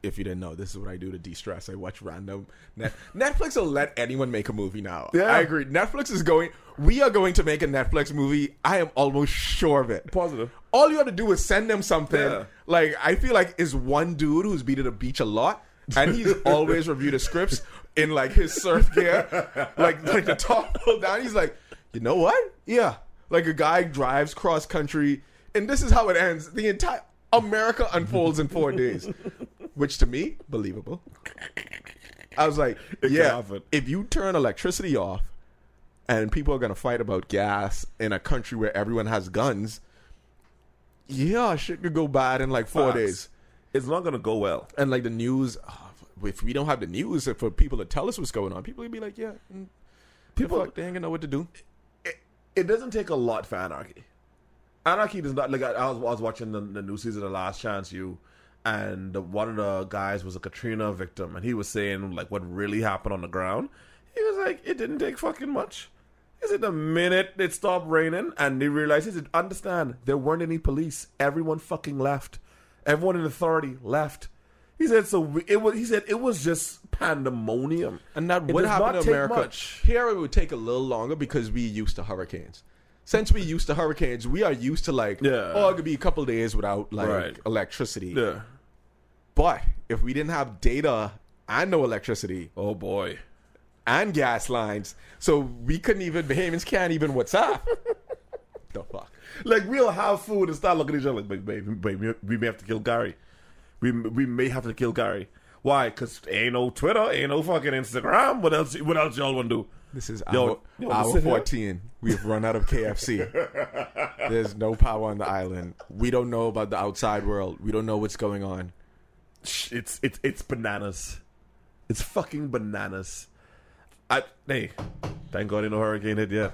Speaker 4: If you didn't know, this is what I do to de-stress. I watch random. Net- Netflix will let anyone make a movie now.
Speaker 5: Yeah.
Speaker 4: I agree. Netflix is going. We are going to make a Netflix movie. I am almost sure of it.
Speaker 5: Positive.
Speaker 4: All you have to do is send them something.
Speaker 5: Yeah.
Speaker 4: Like I feel like is one dude who's been to the beach a lot, and he's always reviewed the scripts in like his surf gear, like like the top pulled down. He's like, you know what? Yeah, like a guy drives cross country, and this is how it ends. The entire America unfolds in four days, which to me believable. I was like,
Speaker 5: It can
Speaker 4: yeah,
Speaker 5: happen.
Speaker 4: if you turn electricity off, and people are gonna fight about gas in a country where everyone has guns. Yeah, shit could go bad in like four
Speaker 5: Fox,
Speaker 4: days.
Speaker 5: It's not gonna go well.
Speaker 4: And like the news, ah, if we don't have the news for people to tell us what's going on, people would be like, yeah, mm, people
Speaker 5: People
Speaker 4: fuck, they ain't gonna know what to do.
Speaker 5: it, it doesn't take a lot for anarchy. Anarchy does not like I, I was I was watching the, the new season of Last Chance You, and the, one of the guys was a Katrina victim, and he was saying like what really happened on the ground. He was like, it didn't take fucking much. Is it the minute it stopped raining and they realized? Is it understand there weren't any police? Everyone fucking left. Everyone in authority left. He said so. We, it was. He said it was just pandemonium.
Speaker 4: And that
Speaker 5: It
Speaker 4: would
Speaker 5: does
Speaker 4: happen
Speaker 5: not
Speaker 4: in
Speaker 5: take
Speaker 4: America.
Speaker 5: much.
Speaker 4: Here it would take a little longer because we used to hurricanes. Since we used to hurricanes, we are used to like,
Speaker 5: Yeah.
Speaker 4: oh, it could be a couple days without like
Speaker 5: Right.
Speaker 4: electricity.
Speaker 5: Yeah.
Speaker 4: But if we didn't have data and no electricity,
Speaker 5: Oh boy.
Speaker 4: and gas lines, so we couldn't even Bahamians can't even WhatsApp. the fuck.
Speaker 5: Like we'll have food and start looking at each other like, "Wait, wait, wait, we- we may have to kill Gary. We we may have to kill Gary. Why? Cause ain't no Twitter, ain't no fucking Instagram. What else? What else y'all wanna do?
Speaker 4: This is
Speaker 5: Yo,
Speaker 4: hour,
Speaker 5: yo,
Speaker 4: hour
Speaker 5: listen here.
Speaker 4: fourteen. We've run out of KFC. There's no power on the island. We don't know about the outside world. We don't know what's going on.
Speaker 5: Shh, It's it's it's bananas. It's fucking bananas. I hey, thank God ain't no hurricane hit yet.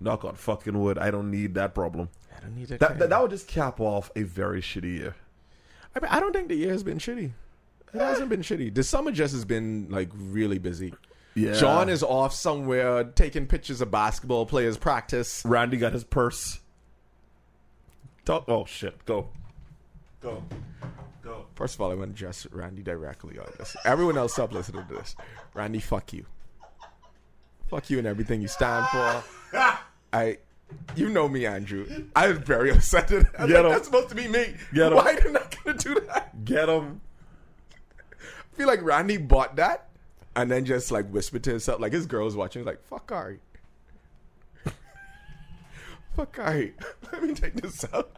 Speaker 5: Knock on fucking wood. I don't need that problem.
Speaker 4: I don't need
Speaker 5: That that, that would just cap off a very shitty year.
Speaker 4: I, mean, I don't think the year has been shitty. It hasn't been shitty. The summer just has been like really busy.
Speaker 5: Yeah.
Speaker 4: John is off somewhere taking pictures of basketball players practice.
Speaker 5: Randy got his purse. Talk. Oh shit. Go. Go. Go.
Speaker 4: First of all, I want to address Randy directly on this. Everyone else stop listening to this. Randy, fuck you. Fuck you and everything you stand for. I, you know me, Andrew. I was very upset. At I was
Speaker 5: Get
Speaker 4: like,
Speaker 5: him.
Speaker 4: that's supposed to be me.
Speaker 5: Get him.
Speaker 4: Why they're not gonna do that?
Speaker 5: Get him.
Speaker 4: I feel like Randy bought that and then just like whispered to himself, like his girl's watching, like fuck Ari. fuck Ari. Let me take this out.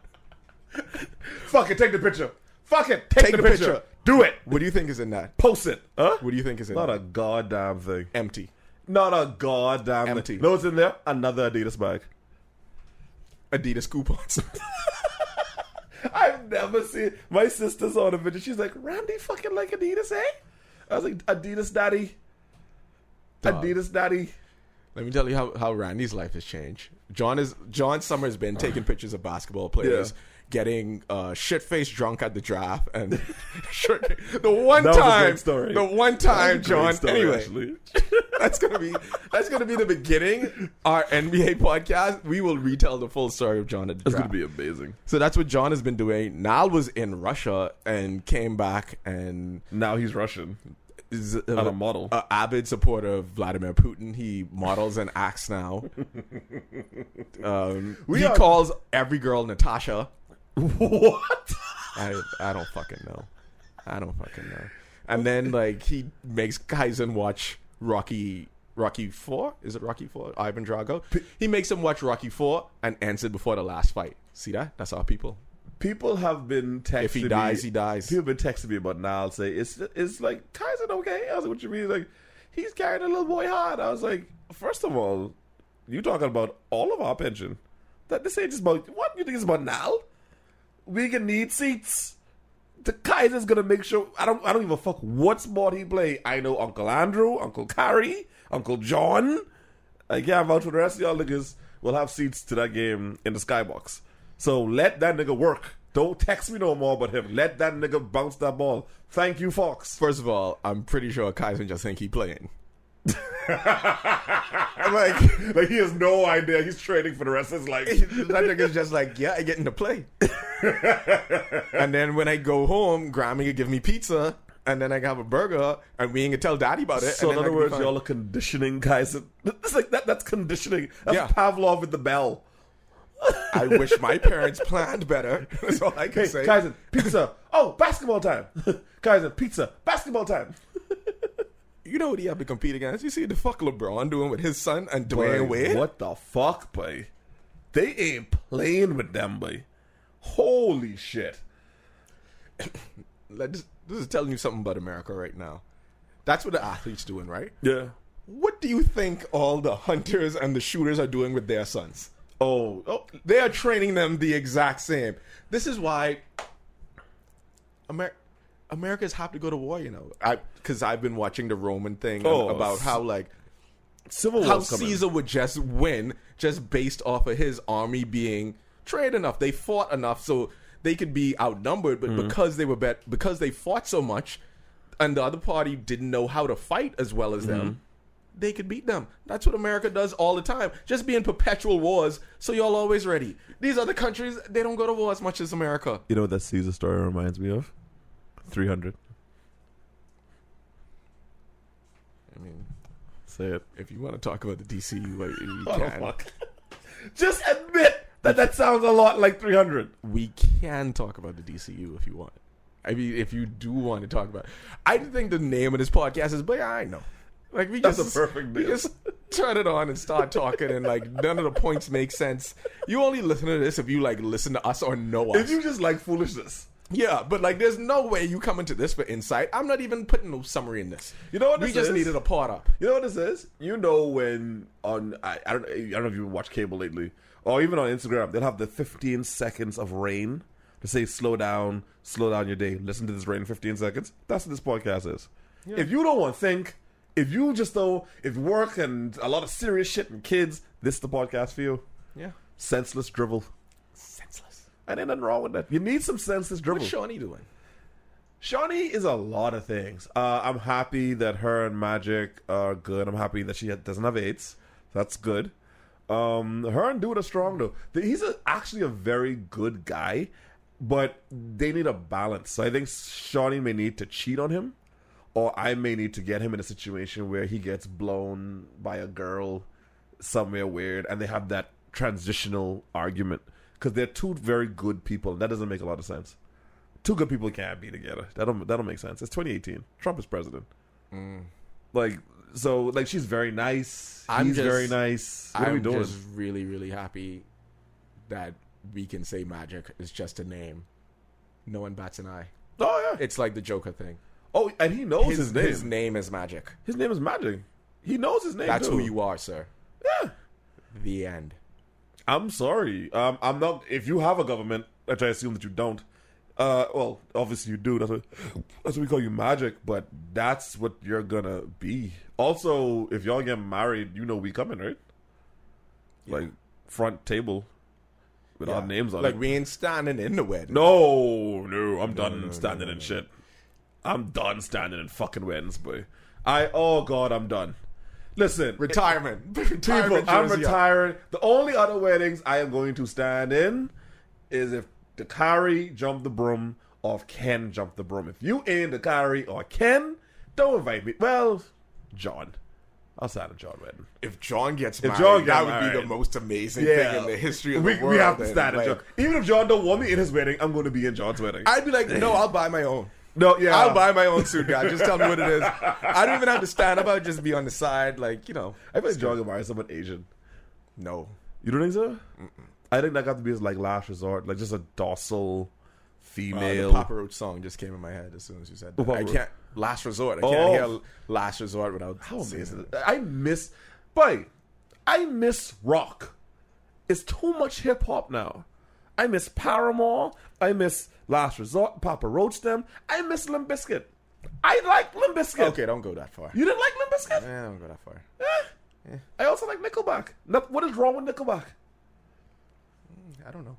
Speaker 5: Fuck it, take the picture. Fuck it, take,
Speaker 4: Take
Speaker 5: the
Speaker 4: the
Speaker 5: picture.
Speaker 4: picture.
Speaker 5: Do it.
Speaker 4: What do you think is in that?
Speaker 5: Post it. Huh?
Speaker 4: What do you think is in
Speaker 5: Not
Speaker 4: that?
Speaker 5: a goddamn thing.
Speaker 4: Empty.
Speaker 5: Not a goddamn
Speaker 4: Empty.
Speaker 5: thing. No, it's in there. Another Adidas bag.
Speaker 4: Adidas coupons.
Speaker 5: I've never seen. My sister saw the video. She's like, Randy fucking like Adidas, eh? I was like, Adidas daddy.
Speaker 4: Dog.
Speaker 5: Adidas daddy.
Speaker 4: Let me tell you how, how Randy's life has changed. John is John Summer's been taking pictures of basketball players.
Speaker 5: Yeah.
Speaker 4: Getting uh, shit faced drunk at the draft, and shit- the one
Speaker 5: That was a great
Speaker 4: time,
Speaker 5: story.
Speaker 4: the one
Speaker 5: That's a
Speaker 4: time,
Speaker 5: great
Speaker 4: John.
Speaker 5: story,
Speaker 4: anyway,
Speaker 5: actually.
Speaker 4: that's gonna be that's gonna be the beginning. Our NBA podcast, we will retell the full story of John at the
Speaker 5: that's gonna
Speaker 4: draft.
Speaker 5: be amazing.
Speaker 4: so that's what John has been doing. Nal was in Russia and came back and
Speaker 5: Now he's Russian.
Speaker 4: is a,
Speaker 5: Not a model.
Speaker 4: a avid supporter of Vladimir Putin. He models and acts now. um, he
Speaker 5: are-
Speaker 4: calls every girl Natasha.
Speaker 5: what?
Speaker 4: I I don't fucking know. I don't fucking know. And then like he makes Kaizen watch Rocky Rocky Four. Is it Rocky Four? Ivan Drago. He makes him watch Rocky Four and ends it before the last fight. See that? That's our people.
Speaker 5: People have been texting
Speaker 4: If he
Speaker 5: me-
Speaker 4: dies, he dies.
Speaker 5: People have been texting me about now. I'll say it's it's like Tyson okay. I was like, what you mean? Like he's carrying a little boy hard. I was like, first of all, you talking about all of our pension. That this ain't just about what you think it's about now. We can need seats. The Kaiser's gonna make sure I don't I don't give a fuck what sport he play. I know Uncle Andrew, Uncle Carrie, Uncle John. I can't vouch for the rest of y'all niggas will have seats to that game in the skybox. So let that nigga work. Don't text me no more about him. Let that nigga bounce that ball. Thank you, Fox.
Speaker 4: First of all, I'm pretty sure Kaizen just think he playing. I'm like.
Speaker 5: Like he has no idea. He's trading for the rest of his life.
Speaker 4: that nigga's just like, yeah, I get into play. and then when I go home, Grammy could give me pizza, and then I can have a burger, and we ain't gonna tell daddy about it.
Speaker 5: So
Speaker 4: and then I
Speaker 5: in other
Speaker 4: can be
Speaker 5: words,
Speaker 4: fine.
Speaker 5: y'all are conditioning Kaiser. It's like that. That's conditioning. That's
Speaker 4: Yeah.
Speaker 5: Pavlov with the bell.
Speaker 4: I wish my parents planned better. That's all I can
Speaker 5: Hey,
Speaker 4: say.
Speaker 5: Kaiser, pizza. oh, basketball time. Kaiser, pizza. Basketball time.
Speaker 4: You know what he have to compete against? You see the fuck LeBron doing with his son and Dwayne
Speaker 5: Boy,
Speaker 4: Wade?
Speaker 5: What the fuck, boy? They ain't playing with them, boy. Holy shit.
Speaker 4: Like, this, this is telling you something about America right now. That's what the athletes doing, right?
Speaker 5: Yeah.
Speaker 4: What do you think all the hunters and the shooters are doing with their sons?
Speaker 5: Oh, oh.
Speaker 4: They are training them the exact same. This is why Amer- Americans have to go to war. You know, I because I've been watching the Roman thing
Speaker 5: Oh,
Speaker 4: about
Speaker 5: s-
Speaker 4: how like
Speaker 5: Civil
Speaker 4: how
Speaker 5: War's coming.
Speaker 4: Caesar would just win just based off of his army being trained enough. They fought enough so they could be outnumbered,
Speaker 5: Mm-hmm.
Speaker 4: but because they were bet because they fought so much, and the other party didn't know how to fight as well as them.
Speaker 5: Mm-hmm.
Speaker 4: They could beat them. That's what America does all the time. Just be in perpetual wars, so y'all always ready. These other countries, they don't go to war as much as America.
Speaker 5: You know what that Caesar story reminds me of? 300.
Speaker 4: I mean,
Speaker 5: Say it.
Speaker 4: if you want to talk about the DCU, like, you
Speaker 5: What the
Speaker 4: can.
Speaker 5: fuck? Just admit that that sounds a lot like 300.
Speaker 4: we can talk about the DCU if you want. I mean, if you do want to talk about, I think the name of this podcast is "But I Know." Like we
Speaker 5: That's
Speaker 4: just
Speaker 5: a perfect
Speaker 4: we
Speaker 5: name.
Speaker 4: just turn it on and start talking, and like none of the points make sense. You only listen to this if you like listen to us or know us.
Speaker 5: If you just like foolishness.
Speaker 4: yeah, but like, there's no way you come into this for insight. I'm not even putting no summary in this.
Speaker 5: You know what
Speaker 4: We
Speaker 5: this
Speaker 4: just
Speaker 5: is?
Speaker 4: needed a part up.
Speaker 5: You know what this is? You know when on I, I don't I don't know if you watch cable lately or even on Instagram they'll have the 15 seconds of rain to say slow down, slow down your day. Listen to this rain in 15 seconds. That's what this podcast is. If you don't want to think, if you just know if work and a lot of serious shit and kids, this is the podcast for you.
Speaker 4: Yeah,
Speaker 5: Senseless drivel.
Speaker 4: senseless.
Speaker 5: And ain't nothing wrong with that. You need some senseless dribble.
Speaker 4: What's Shawnee doing?
Speaker 5: Shawnee is a lot of things. Uh, I'm happy that her and Magic are good. I'm happy that she ha- doesn't have AIDS. That's good. Um, her and Dude are strong though. Th- He's a, actually a very good guy, but they need a balance. So I think Shawnee may need to cheat on him, or I may need to get him in a situation where he gets blown by a girl somewhere weird, and they have that transitional argument because they're two very good people. That doesn't make a lot of sense two good people can't be together. That don't that don't make sense. It's 2018. Trump is president.
Speaker 4: Mm.
Speaker 5: Like so, like she's very nice.
Speaker 4: I'm
Speaker 5: He's
Speaker 4: just-
Speaker 5: very nice. What
Speaker 4: I'm
Speaker 5: are we doing?
Speaker 4: just really, really happy that we can say magic is just a name. No one bats an eye.
Speaker 5: Oh yeah.
Speaker 4: It's like the Joker thing.
Speaker 5: Oh, and he knows his, name. His,
Speaker 4: his name is magic.
Speaker 5: name is Magic. He knows his name.
Speaker 4: That's
Speaker 5: too.
Speaker 4: who you are, sir.
Speaker 5: Yeah.
Speaker 4: The end.
Speaker 5: I'm sorry. Um, I'm not. If you have a government, which I assume that you don't. Uh, well, obviously you do. That's what that's what we call you magic. But that's what you're gonna be. Also, if y'all get married, you know we coming, right? Like front table with our names on
Speaker 4: Like
Speaker 5: it.
Speaker 4: we ain't standing in the wedding.
Speaker 5: no, no, I'm done standing in shit. I'm done standing in fucking weddings, boy. I oh god, I'm done. Listen,
Speaker 4: retirement.
Speaker 5: people,
Speaker 4: retirement
Speaker 5: I'm
Speaker 4: jersey up.
Speaker 5: retiring. The only other weddings I am going to stand in is if Dakari jumped the broom or if Ken jumped the broom. If you in Dakari or Ken, don't invite me. Well, John. I'll stand in John Wedding.
Speaker 4: If John gets married,
Speaker 5: John
Speaker 4: that
Speaker 5: gets
Speaker 4: would be the
Speaker 5: married.
Speaker 4: most amazing thing in the history of
Speaker 5: we,
Speaker 4: the world.
Speaker 5: We have to
Speaker 4: then.
Speaker 5: stand
Speaker 4: Like,
Speaker 5: in John. Even if John don't want me in his wedding, I'm going to be in John's wedding.
Speaker 4: I'd be like, no, I'll buy my own.
Speaker 5: no, yeah.
Speaker 4: I'll buy my own suit, guy. Just tell me what it is. I don't even have to stand up. I'll just be on the side, like you know.
Speaker 5: I feel like John can marry someone Asian.
Speaker 4: No,
Speaker 5: You don't think so? I think that got to be his like last resort, like just a docile
Speaker 4: uh,
Speaker 5: female.
Speaker 4: the Papa Roach song just came in my head as soon as you said that.
Speaker 5: Papa
Speaker 4: I
Speaker 5: Roach.
Speaker 4: can't. Last resort. I can't
Speaker 5: Oh.
Speaker 4: hear last resort without.
Speaker 5: How
Speaker 4: seeing
Speaker 5: amazing!
Speaker 4: it.
Speaker 5: I miss, boy, I miss rock. It's too much hip hop now. I miss Paramore. I miss Last Resort, Papa Roach them. I miss Limp Bizkit. I like Limp Bizkit.
Speaker 4: Okay, don't go that far.
Speaker 5: You didn't like Limp Bizkit?
Speaker 4: Eh, don't go that far.
Speaker 5: I also like Nickelback. No- What is wrong with Nickelback?
Speaker 4: I don't know.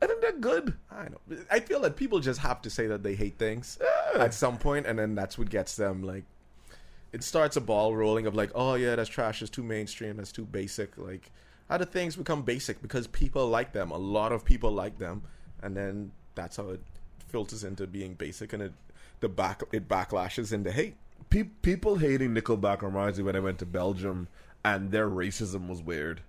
Speaker 5: I think they're good.
Speaker 4: I know. I feel that people just have to say that they hate things at some point, and then that's what gets them like. It starts a ball rolling of like, oh yeah, that's trash. That's too mainstream. That's too basic. Like, other things become basic because people like them. A lot of people like them, and then that's how it filters into being basic, and it the back it backlashes into hate.
Speaker 5: Pe- people hating Nickelback reminds me when I went to Belgium and their racism was weird.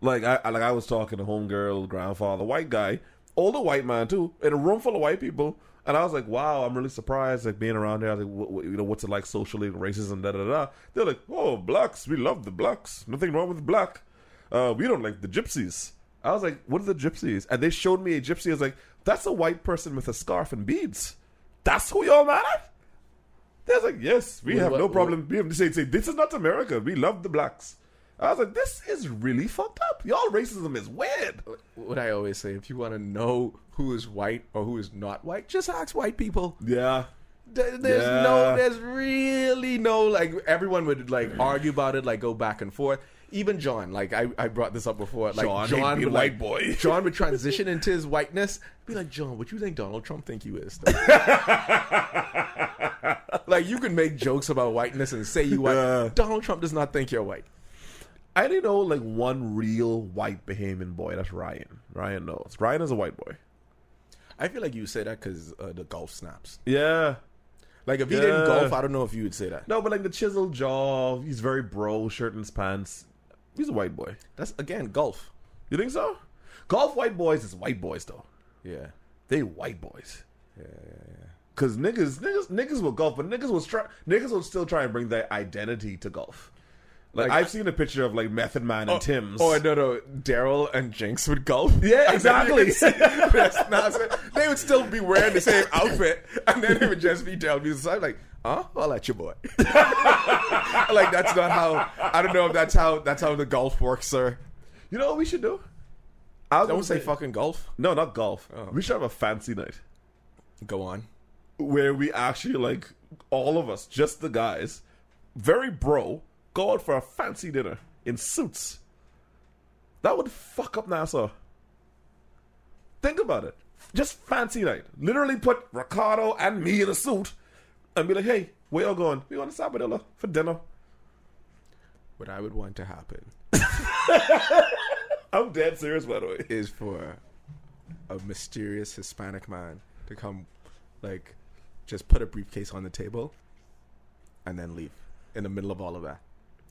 Speaker 5: Like I I- like I was talking to homegirl, grandfather, white guy, older white man too, in a room full of white people, and I was like, wow, I'm really surprised like being around there. I was like, what, what- you know, what's it like socially, and racism, da da da. da. They're like, oh, blacks, we love the blacks, nothing wrong with black. Uh, we don't like the gypsies. I was like, what are the gypsies? And they showed me a gypsy. I was like, that's a white person with a scarf and beads. That's who y'all mad at? They're like, yes, we
Speaker 4: What
Speaker 5: have
Speaker 4: about-
Speaker 5: no problem. We have to say, say, this is not America. We love the blacks. I was like, this is really fucked up. Y'all racism is weird.
Speaker 4: What I always say: if you want to know who is white or who is not white, just ask white people.
Speaker 5: Yeah.
Speaker 4: There- There's
Speaker 5: Yeah.
Speaker 4: no, there's really no like everyone would like argue about it, like go back and forth. Even John, like I, I brought this up before, like
Speaker 5: John,
Speaker 4: John,
Speaker 5: he'd be
Speaker 4: would,
Speaker 5: a white
Speaker 4: like-
Speaker 5: boy.
Speaker 4: John would transition into his whiteness, be like, John, what you think Donald Trump think you is? like you can make jokes about whiteness and say you white.
Speaker 5: Yeah.
Speaker 4: Donald Trump does not think you're white.
Speaker 5: I didn't know like one real white Bahamian boy. That's Ryan. Ryan knows. Ryan is a white boy.
Speaker 4: I feel like you say that because uh, the golf snaps.
Speaker 5: Yeah.
Speaker 4: Like if he didn't
Speaker 5: Yeah.
Speaker 4: golf, I don't know if you would say that.
Speaker 5: No, but like the chiseled jaw, he's very bro, shirt and his pants. He's a white boy.
Speaker 4: That's again golf.
Speaker 5: You think so? Golf white boys is white boys though.
Speaker 4: Yeah.
Speaker 5: They white boys. Cause niggas, niggas, niggas will golf, but niggas will try, niggas will still try and bring their identity to golf. Like,
Speaker 4: Like-
Speaker 5: I've seen a picture of like Method Man and Tim's.
Speaker 4: Oh no, no, Daryl and Jinx would golf.
Speaker 5: Yeah,
Speaker 4: And then you
Speaker 5: exactly.
Speaker 4: could see- That's not- they would still be wearing the same outfit, and then it would just be Daryl music. So I'm like, huh? Well, that's your boy. like that's not how. I don't know if that's how that's how the golf works, sir.
Speaker 5: You know what we should do? I was
Speaker 4: Don't
Speaker 5: gonna
Speaker 4: say Oh. fucking golf.
Speaker 5: No, not golf. We should have a fancy night
Speaker 4: Go on.
Speaker 5: where we actually like all of us, just the guys, very bro, go out for a fancy dinner in suits. That would fuck up NASA. Think about it. Just fancy night. Literally put Ricardo and me in a suit and be like, hey, where y'all going? We going to Sabadilla for dinner.
Speaker 4: What I would want to happen
Speaker 5: I'm dead serious, by the way.
Speaker 4: is for a mysterious Hispanic man to come, like, just put a briefcase on the table, and then leave in the middle of all of that.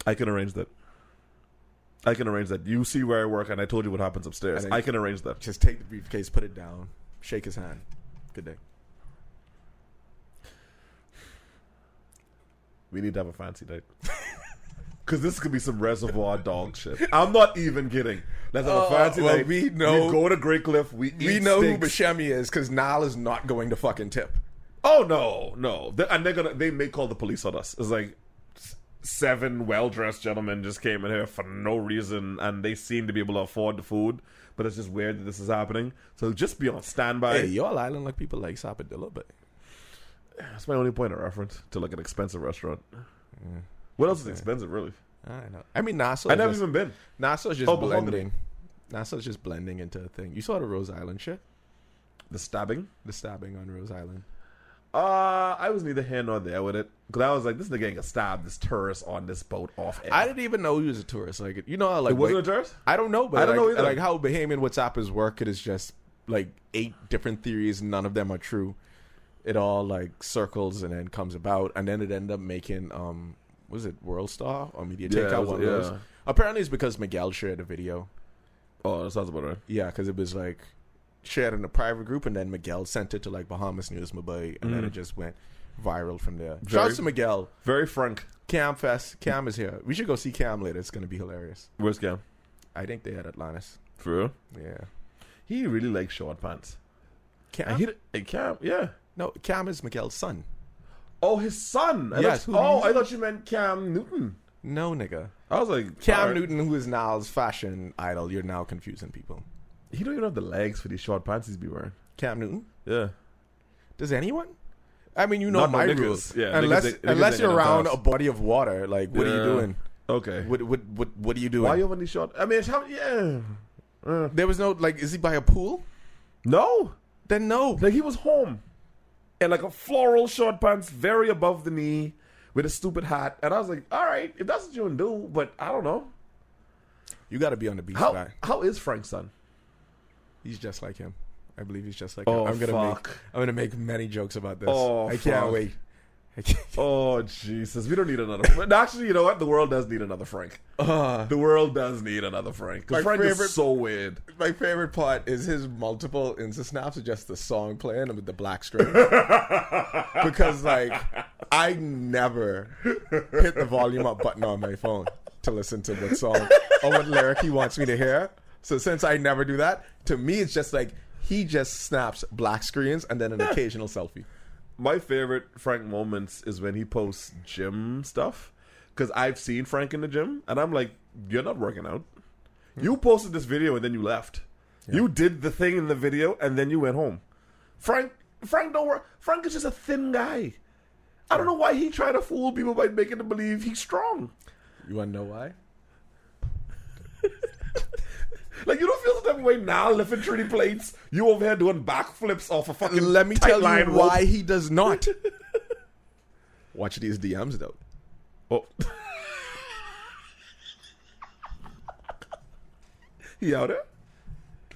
Speaker 5: I can arrange that. I can arrange that. You see where I work, and I told you what happens upstairs.
Speaker 4: I
Speaker 5: I,
Speaker 4: think-
Speaker 5: can arrange that.
Speaker 4: just take the briefcase, put it down, shake his hand. Good day.
Speaker 5: We need to have a fancy night. Because this could be some reservoir dog shit. I'm not even kidding. Let's have a
Speaker 4: Uh,
Speaker 5: fancy
Speaker 4: well,
Speaker 5: night.
Speaker 4: we know-
Speaker 5: We go to Great Cliff. We eat
Speaker 4: We know who
Speaker 5: steaks.
Speaker 4: Bashemi is because Nile is not going to fucking tip.
Speaker 5: Oh no, no. They, and they're gonna. They may call the police on us. It's like s- seven well-dressed gentlemen just came in here for no reason, and they seem to be able to afford the food. But it's just weird that this is happening. So just be on standby.
Speaker 4: Hey, y'all island like people like Sapadilla, but Mm.
Speaker 5: That's my only point of reference to like an expensive restaurant. What else is expensive, really?
Speaker 4: I know. I mean, NASA.
Speaker 5: I never
Speaker 4: just,
Speaker 5: even been.
Speaker 4: NASA's just
Speaker 5: Oh, but Hungary.
Speaker 4: blending. NASA's just blending into a thing. You saw the Rose Island shit,
Speaker 5: The stabbing.
Speaker 4: the stabbing on Rose Island.
Speaker 5: Uh, I was neither here nor there with it because I was like, this nigga ain't gonna stab this tourist on this boat off. Air.
Speaker 4: I didn't even know he was a tourist. Like, you know, how, like
Speaker 5: it wasn't
Speaker 4: like-
Speaker 5: a tourist.
Speaker 4: I don't know, but
Speaker 5: I don't
Speaker 4: like,
Speaker 5: know either.
Speaker 4: Like how Bahamian WhatsApp is work, it is just like eight different theories, none of them are true. It all like circles and then comes about, and then it ended up making um, was it World Star or Media
Speaker 5: Yeah, it
Speaker 4: Takeout?
Speaker 5: was-
Speaker 4: One of those.
Speaker 5: yeah.
Speaker 4: Apparently, it's because Miguel shared a video.
Speaker 5: Oh, that sounds about right.
Speaker 4: Yeah, because it was like shared in a private group, and then Miguel sent it to like Bahamas News Mumbai, and then it just went viral from there. Shouts
Speaker 5: Mm. Very-
Speaker 4: to Miguel.
Speaker 5: Very frank.
Speaker 4: Cam Fest. Cam is here. We should go see Cam later. It's gonna be hilarious.
Speaker 5: Where's Cam?
Speaker 4: I think they had Atlantis.
Speaker 5: For real?
Speaker 4: Yeah.
Speaker 5: He really likes short pants.
Speaker 4: Cam.
Speaker 5: And he, hey, Cam, yeah.
Speaker 4: No, Cam is Miguel's son.
Speaker 5: Oh, his son. I
Speaker 4: Yes,
Speaker 5: thought-
Speaker 4: who-
Speaker 5: oh, I thought you meant Cam Newton.
Speaker 4: No, nigga.
Speaker 5: I was like,
Speaker 4: Cam
Speaker 5: all right.
Speaker 4: Newton, who is Niles' fashion idol, you're now confusing people.
Speaker 5: He don't even have the legs for these short pants he's be wearing.
Speaker 4: Cam Newton?
Speaker 5: Yeah.
Speaker 4: Does anyone? I mean, you know
Speaker 5: Not no
Speaker 4: my
Speaker 5: niggas.
Speaker 4: rules.
Speaker 5: Yeah,
Speaker 4: unless
Speaker 5: niggas ain't- niggas
Speaker 4: unless
Speaker 5: ain't
Speaker 4: you're
Speaker 5: in the
Speaker 4: around a
Speaker 5: playoffs.
Speaker 4: body of water, like what are you
Speaker 5: Yeah.
Speaker 4: doing?
Speaker 5: Okay.
Speaker 4: What what what what are you doing?
Speaker 5: Why you having these short? I mean, it's how, yeah. Uh,
Speaker 4: there was no like, is he by a pool?
Speaker 5: no,
Speaker 4: Then no.
Speaker 5: like he was home, and like a floral short pants, very above the knee, with a stupid hat, and I was like, all right, if that's what you want to do, but I don't know.
Speaker 4: You got to be on the beach,
Speaker 5: How
Speaker 4: guy.
Speaker 5: how is Frank's son?
Speaker 4: He's just like him. I believe he's just like
Speaker 5: Oh,
Speaker 4: him. I'm gonna make
Speaker 5: fuck.
Speaker 4: I'm gonna make many jokes about this.
Speaker 5: Oh,
Speaker 4: I can't
Speaker 5: fuck.
Speaker 4: wait. I can't.
Speaker 5: Oh Jesus, we don't need another. but actually, you know what? The world does need another Frank. the world does need another Frank. 'Cause
Speaker 4: My
Speaker 5: Frank
Speaker 4: favorite-
Speaker 5: is so weird.
Speaker 4: My favorite part is his multiple Insta snaps are just the song playing and with the black string. because like I never hit the volume up button on my phone to listen to what song or what lyric he wants me to hear. So since I never do that, to me it's just like he just snaps black screens and then an occasional selfie.
Speaker 5: my favorite Frank moments is when he posts gym stuff because I've seen Frank in the gym and I'm like, you're not working out.
Speaker 4: Hmm.
Speaker 5: You posted this video and then you left. You did the thing in the video and then you went home. Frank, Frank don't work. Frank is just a thin guy. I don't know why he tried to fool people by making them believe he's strong.
Speaker 4: You wanna know why?
Speaker 5: Like you don't feel the type of way now, lifting three plates. You over here doing backflips off a fucking.
Speaker 4: Let me
Speaker 5: tight
Speaker 4: tell you
Speaker 5: line rope.
Speaker 4: why he does not. Watch these DMs though.
Speaker 5: Oh. he out there?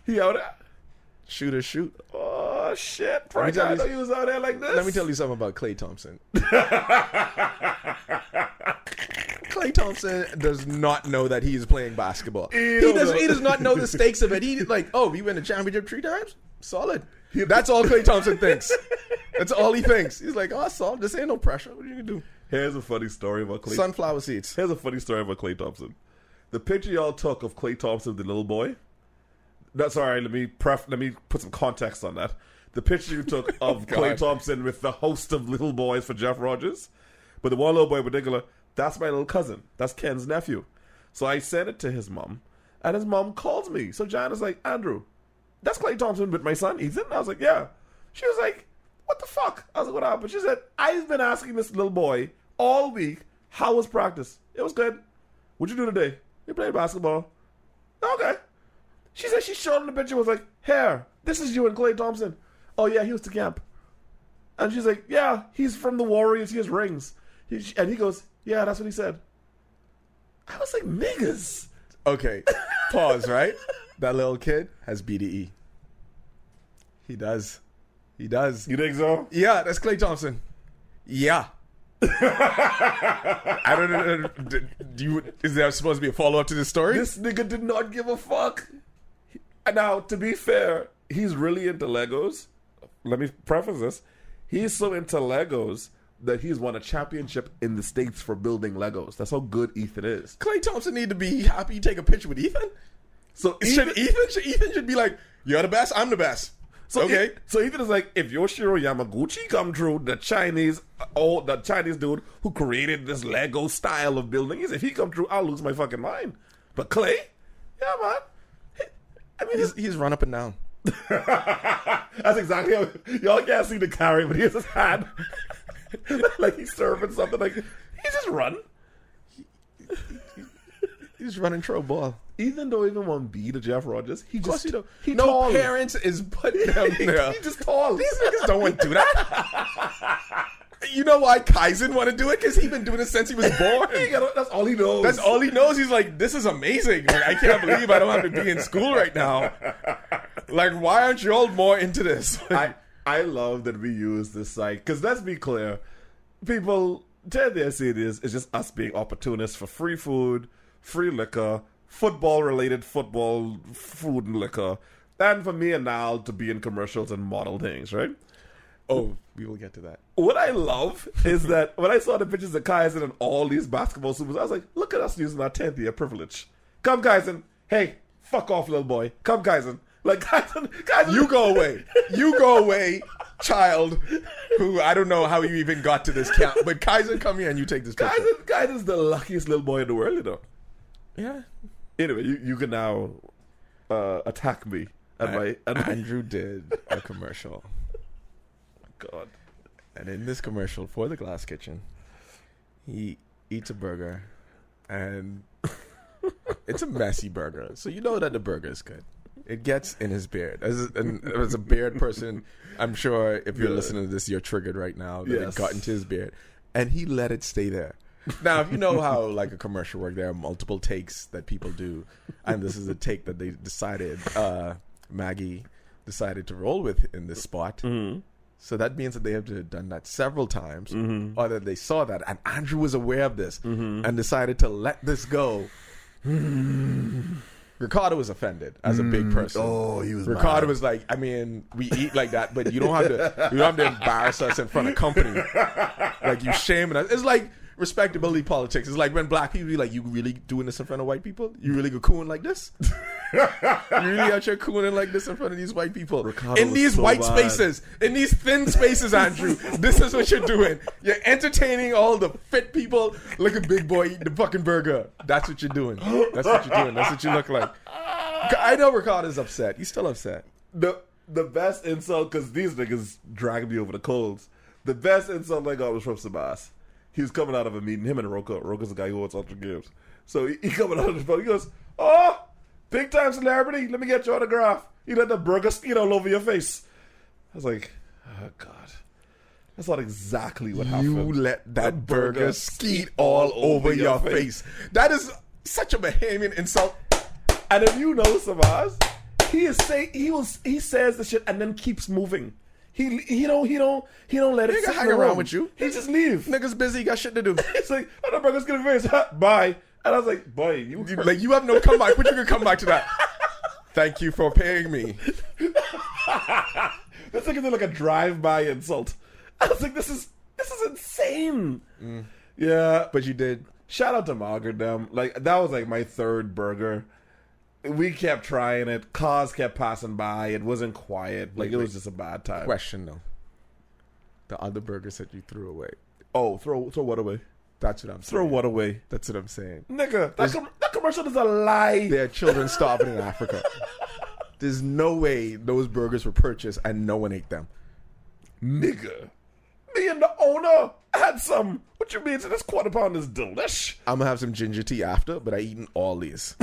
Speaker 5: He out there?
Speaker 4: Shoot or shoot.
Speaker 5: Oh shit! Frank,
Speaker 4: tell
Speaker 5: I
Speaker 4: you-
Speaker 5: know you was out there like this.
Speaker 4: Let me tell you something about Clay Thompson. Clay Thompson does not know that he is playing basketball. He,
Speaker 5: don't
Speaker 4: does.
Speaker 5: know.
Speaker 4: He does not know the stakes of it. He like, oh, we win the championship three times. Solid. That's all Clay Thompson thinks. That's all he thinks. He's like, oh, solid. This ain't no pressure. What are you gonna do?
Speaker 5: Here's a funny story about Clay.
Speaker 4: Sunflower seeds.
Speaker 5: Here's a funny story about Clay Thompson. The picture y'all took of Clay Thompson, the little boy. That's all right. Let me pref. Let me put some context on that. The picture you took of Clay
Speaker 4: God.
Speaker 5: Thompson with the host of little boys for Jeff Rogers, but the one little boy in particular, that's my little cousin. That's Ken's nephew. So I sent it to his mom, and his mom calls me. So John is like, Andrew, that's Clay Thompson with my son Ethan. I was like, yeah. She was like, what the fuck? I was like, what happened? She said, I've been asking this little boy all week, how was practice? It was good. What'd you do today? We played basketball. Okay. She said she showed him the picture. Was like, "Hair, this is you and Clay Thompson." Oh yeah, he was to camp. And she's like, "Yeah, he's from the Warriors. He has rings." He, she- and he goes, "Yeah, that's what he said." I was like, "Niggas."
Speaker 4: Okay, pause. Right, that little kid has BDE. He does. He does.
Speaker 5: You think so?
Speaker 4: Yeah, that's Clay Thompson. Yeah. I don't know. uh, Do you, is there supposed to be a follow up to this story?
Speaker 5: This nigga did not give a fuck. He- Now, to be fair, he's really into Legos. Let me preface this: he's so into Legos that he's won a championship in the states for building Legos. That's how good Ethan is.
Speaker 4: Clay Thompson need to be happy. You take a picture with Ethan.
Speaker 5: So
Speaker 4: should Ethan should Ethan should be like, you're the best. I'm the best.
Speaker 5: So
Speaker 4: okay.
Speaker 5: Ethan- so Ethan is like, if Yoshiro Yamaguchi come through, the Chinese, oh, the Chinese dude who created this Lego style of building, is if he come through, I'll lose my fucking mind. But Clay, yeah, man. I mean,
Speaker 4: he's,
Speaker 5: he's-
Speaker 4: he's run up and down.
Speaker 5: that's exactly how y'all can't see the carry, but he has his hand like he's serving something. Like he's just run.
Speaker 4: He's running through a ball.
Speaker 5: Ethan don't even want to be the Jeff Rogers. He
Speaker 4: course
Speaker 5: just
Speaker 4: you don't.
Speaker 5: he
Speaker 4: no
Speaker 5: tall.
Speaker 4: parents is putting them
Speaker 5: he,
Speaker 4: there.
Speaker 5: he just tall.
Speaker 4: These niggas don't want to do that. you know why Kaizen want to do it? Because he been doing it since he was born.
Speaker 5: He got- that's all he knows.
Speaker 4: That's all he knows. He's like, this is amazing. Like, I can't believe I don't have to be in school right now. Like, why aren't you all more into this?
Speaker 5: I I love that we use this site because let's be clear, people tend to see this it's just us being opportunists for free food, free liquor, football related football food and liquor, and for me and Niall to be in commercials and model things, right?
Speaker 4: oh, we will get to that.
Speaker 5: What I love is that when I saw the pictures of Kaizen and all these basketball supers, I was like, look at us using our 10th year privilege. Come, Kaizen. Hey, fuck off, little boy. Come, Kaizen. Like, Kaizen, Kaizen.
Speaker 4: You go away. You go away, child. Who I don't know how you even got to this camp, but Kaizen, come here and you take this picture.
Speaker 5: Kaizen, Kaizen's the luckiest little boy in the world, you know.
Speaker 4: Yeah,
Speaker 5: Anyway, you, you can now uh, attack me at my. At my
Speaker 4: Andrew did a commercial.
Speaker 5: God.
Speaker 4: And in this commercial for the Glass Kitchen, he eats a burger, and it's a messy burger. So you know that the burger is good. It gets in his beard. As a, and as a beard person, I'm sure if you're
Speaker 5: Yeah.
Speaker 4: listening to this, you're triggered right now that
Speaker 5: Yes.
Speaker 4: it got into his beard, and he let it stay there. Now, if you know how like a commercial work, there are multiple takes that people do, and this is a take that they decided uh, Maggie decided to roll with in this spot.
Speaker 5: Mm-hmm.
Speaker 4: So that means that they have to have done that several times,
Speaker 5: Mm-hmm.
Speaker 4: or that they saw that, and Andrew was aware of this and decided to let this go. Ricardo was offended as a big person.
Speaker 5: Mm-hmm. Oh, he was
Speaker 4: Ricardo
Speaker 5: mad.
Speaker 4: was like, I mean, we eat like that, but you don't have to. You don't have to embarrass us in front of company. Like you shaming us. It's like respectability politics. It's like when black people be like, "You really doing this in front of white people? You really go cooing like this? you really out here cooing like this in front of these white people
Speaker 5: Ricardo
Speaker 4: in
Speaker 5: was
Speaker 4: these
Speaker 5: so
Speaker 4: white
Speaker 5: bad.
Speaker 4: spaces, in these thin spaces, Andrew? this is what you're doing. You're entertaining all the fit people. Look at big boy eating the fucking burger. That's what you're doing. That's what you're doing. That's what you look like. I know Ricardo's upset. He's still upset.
Speaker 5: The, the best insult, because these niggas dragged me over the coals. The best insult I got was from Sabas. He was coming out of a meeting, him and Roka. Roka's the guy who owns Ultra Games. So he, he coming out of the phone. He goes, Oh, big time celebrity. Let me get your autograph. You let the burger skin all over your face. I was like, Oh, God. That's not exactly what happened.
Speaker 4: You let that burger
Speaker 5: burger
Speaker 4: skeet all over your face. That is such a Bahamian insult.
Speaker 5: And if you know Savaz, he is say he will he says the shit and then keeps moving. He he don't he don't he don't let
Speaker 4: Nigga
Speaker 5: it sit in
Speaker 4: hang
Speaker 5: the
Speaker 4: around
Speaker 5: room.
Speaker 4: with you.
Speaker 5: He just leave.
Speaker 4: Niggas busy, got shit to do.
Speaker 5: It's like oh, the burger's gonna face. Ha, Bye. And I was like, boy, you,
Speaker 4: You- like you have no comeback, but you can come back to that. Thank you for paying me.
Speaker 5: this thing is like a drive-by insult. I was like, this is this is insane. Yeah,
Speaker 4: Mm.
Speaker 5: but
Speaker 4: But you did.
Speaker 5: shout out to Margaret. Them like that was like my third burger. We kept trying it. Cars kept passing by. It wasn't quiet. Like it was just a bad time.
Speaker 4: Question though. The other burgers that you threw away.
Speaker 5: Oh, throw throw what away?
Speaker 4: That's what I'm saying.
Speaker 5: Throw what away?
Speaker 4: That's what I'm saying.
Speaker 5: Nigga, that, com- that commercial is a lie.
Speaker 4: There are children starving in Africa. There's no way those burgers were purchased and no one ate them.
Speaker 5: Nigga. Me and the owner had some. What you mean? So this quarter pound is delish.
Speaker 4: I'm gonna have some ginger tea after, but I eaten all these.